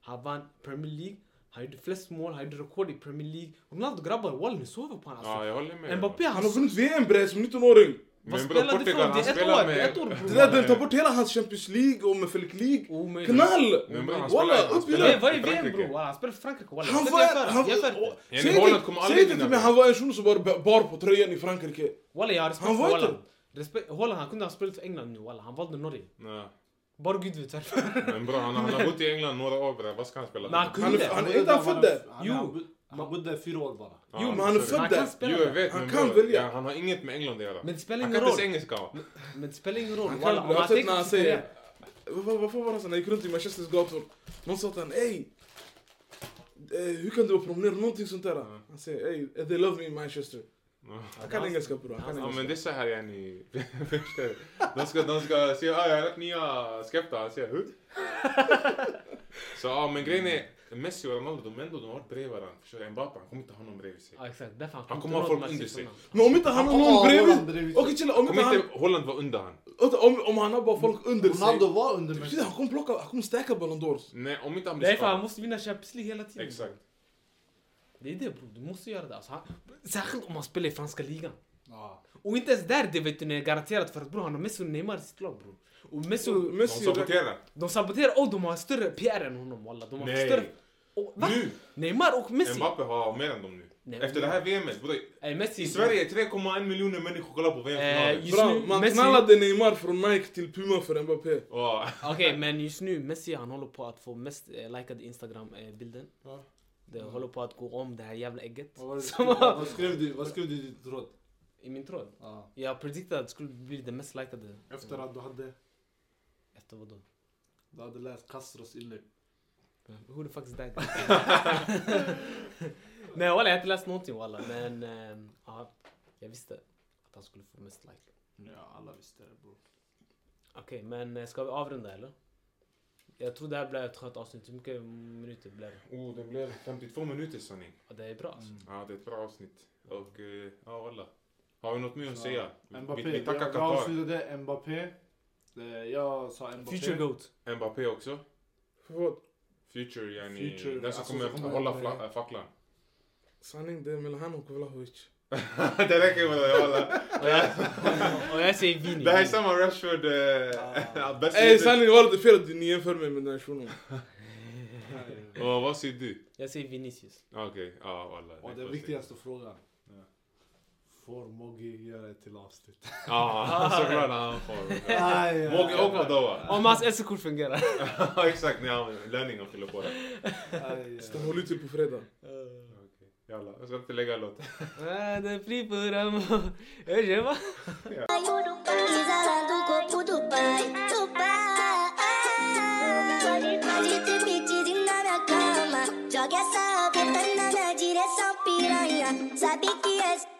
S1: Han vann Premier League. Han gjorde flest mål, han gjorde rekord i Premier League. Ronaldo grabbar, walla ni sover på honom
S2: Ja,
S1: alltså.
S2: jag håller med.
S1: Mbappé
S4: Han
S1: han...
S4: har vunnit VM bre som 19-åring.
S1: Vad
S2: Men bro,
S1: spelar det för
S2: Portugal,
S1: roll? Det är
S2: han
S1: ett
S2: spelar
S1: år,
S2: med...
S1: ett år, bror.
S4: Det där den tar bort hela hans Champions League och med Felic League.
S1: Omöjligt.
S4: Knall!
S2: Men bro, han
S4: Walla,
S2: spelar- han
S4: upp i
S2: spelar-
S4: det!
S1: Nej, Vad är
S2: Frankrike.
S1: VM bror? Walla, Han spelar för Frankrike walla.
S4: Han
S1: Sätt
S4: var...
S1: jämför det,
S4: Han,
S1: jämför det.
S2: Ja,
S4: säg
S2: ni Holland
S4: inte-
S2: kommer
S4: säg
S2: aldrig
S4: inte till
S2: vinna,
S4: mig
S2: bro.
S4: han var en shuno som bara b- bar på tröjan i Frankrike.
S1: Walla jag har respekt
S4: Han
S1: för
S4: var inte-
S1: Holland. Respekt, Holland han kunde ha spelat för England nu walla. Han valde Norge.
S2: Nej.
S1: Bara gud vet varför.
S2: Men bro, han, han har bott i England några år bre. Vad ska han spela?
S1: Men han
S2: för?
S4: Han
S1: kunde.
S4: är, han är inte han född där.
S1: Jo.
S5: Jo! Han bodde fyra år bara.
S2: Ja,
S4: Jo men han är
S2: sorry.
S4: född
S1: Han kan
S4: där.
S1: spela
S2: Jo,
S1: där.
S2: jag vet.
S4: Han
S2: men
S4: kan
S2: bro,
S4: välja.
S2: ja, Han har inget med England att göra.
S1: Men det spelar
S2: Han
S1: ingen
S2: kan inte
S1: roll.
S2: ens engelska. va?
S1: Men det spelar ingen roll
S4: Han
S1: walla.
S4: kan,
S1: Om
S4: jag har
S1: han
S4: sett
S1: tänker
S4: när han
S1: på sin karriär.
S4: säger... Vad, vad fan var det sen? Han gick runt i Manchesters gator. Någon sa till honom ey! Eh, hur kan du vara promenerad? Någonting sånt där. Han säger ey, they love me in Manchester.
S2: Ja.
S4: Han kan engelska bror. Han kan
S2: Ja
S4: engelska.
S2: men det är så här yani. Förstår du? de ska, de ska säga ah, jag har rätt nya skepta. Han säger hur? så ja men grejen är Messi och Ronaldo de ändå de har varit bredvid varandra. Förstår du? Mbappé han kommer inte ha någon bredvid sig.
S1: Ja exakt, därför
S2: Han
S1: inte
S2: kommer ha
S1: råd
S2: folk
S1: med
S2: under
S1: sitt
S2: sig.
S1: namn.
S4: Men om inte han har någon bredvid... Okej chilla, om
S2: Om
S4: inte han...
S2: inte Holland var under han.
S4: Om, om han har bara folk under sig.
S5: Ronaldo var under Messi.
S4: Det betyder att han kommer plocka, han kommer stärka Ballon d'Or.
S2: Nej om inte han blir
S1: Nej för han
S2: skadad.
S1: måste vinna Champions League hela tiden.
S2: Exakt.
S1: Det är det bror, du måste göra det. Alltså, han, särskilt om han spelar i franska ligan.
S5: Ja.
S1: Och inte ens där det vet du är garanterat för att bror han har Messi och Neymar i sitt lag bror. Och Messi och...
S2: De
S4: Messi
S2: saboterar.
S1: De saboterar och de har större PR än honom walla. De har
S2: Nej.
S1: större... Och, va?
S2: Nu!
S1: Neymar och Messi?
S2: Mbappé har mer än dem nu.
S1: Nej,
S2: Efter det här VMet. bror,
S1: Nej, Messi...
S2: I Sverige är 3,1 miljoner människor kollar på
S1: Eh,
S2: VM-finalen.
S1: just-
S4: Bra,
S1: nu,
S4: man
S1: Messi-
S4: knallade Neymar från Nike till Puma för Mbappé.
S2: Ja.
S1: Okej men just nu Messi han håller på att få mest eh, likade Instagram eh, bilden.
S2: Ja.
S1: Det håller på att gå om det här jävla ägget.
S5: Vad var det du
S1: Som
S5: skrev-
S1: har,
S5: Vad skrev du? Vad skrev du i ditt råd?
S1: I min tråd.
S5: Ja.
S1: Jag prediktade att det skulle bli det mest likade.
S5: Efter att du hade,
S1: Efter vadå?
S5: du hade läst Castros inlägg.
S1: Who the fuck is that? Nej walla jag har inte läst någonting walla men ehm, ja, jag visste att han skulle få mest like.
S5: Ja, alla visste det bror.
S1: Okej men eh, ska vi avrunda eller? Jag tror det här blev ett skönt avsnitt. Hur mycket minuter blev det?
S2: Oh, det blev 52 minuter sa ni.
S1: Ja, Det är bra alltså.
S2: Ja, det är ett bra avsnitt. Och eh, ja, alla. Har vi något mer att
S5: Så,
S2: säga? Vi-
S5: Mbappé,
S2: Mm. vi, vi
S5: jag,
S2: tackar
S5: jag
S2: Qatar.
S5: avslutade Mbappé. Eh, Jag sa
S2: Mm.
S5: Mbappé.
S1: Future GOAT.
S2: Mbappé också.
S4: Vad?
S2: Future, yani.
S5: Future,
S2: den som
S5: alltså,
S2: kommer
S5: som kommer-
S2: hålla fla- äh, facklan.
S4: Sanning, det är Milhan och Vlahovic.
S2: det räcker med det, alla.
S1: Och jag säger Vini.
S2: Det här är samma Rashford... Äh, bästa
S4: Ey
S2: livet.
S4: sanning, var det fel att ni jämför mig med den här shunon?
S2: Ja, vad säger du?
S1: Jag säger Vinicius.
S2: Ah, Okej, ja, alla.
S5: Och den viktigaste frågan. Får Moggi göra ett till avslut?
S2: Ja, såklart Ah, han får.
S5: Nej,
S2: Mogge och Modowa.
S1: Om hans SE-kort fungerar.
S2: Ja, exakt. Ni har löningen att fylla på det.
S4: Så håll ut till på fredag.
S2: Okej, Jalla, jag ska inte lägga låten.
S1: Ah, Det är fri för dem. Jag kör
S6: Isarando o corpo do pai, do pai. Pode ter pedido na minha cama. Joga essa rabeta na minha direção, piranha. Sabe que é.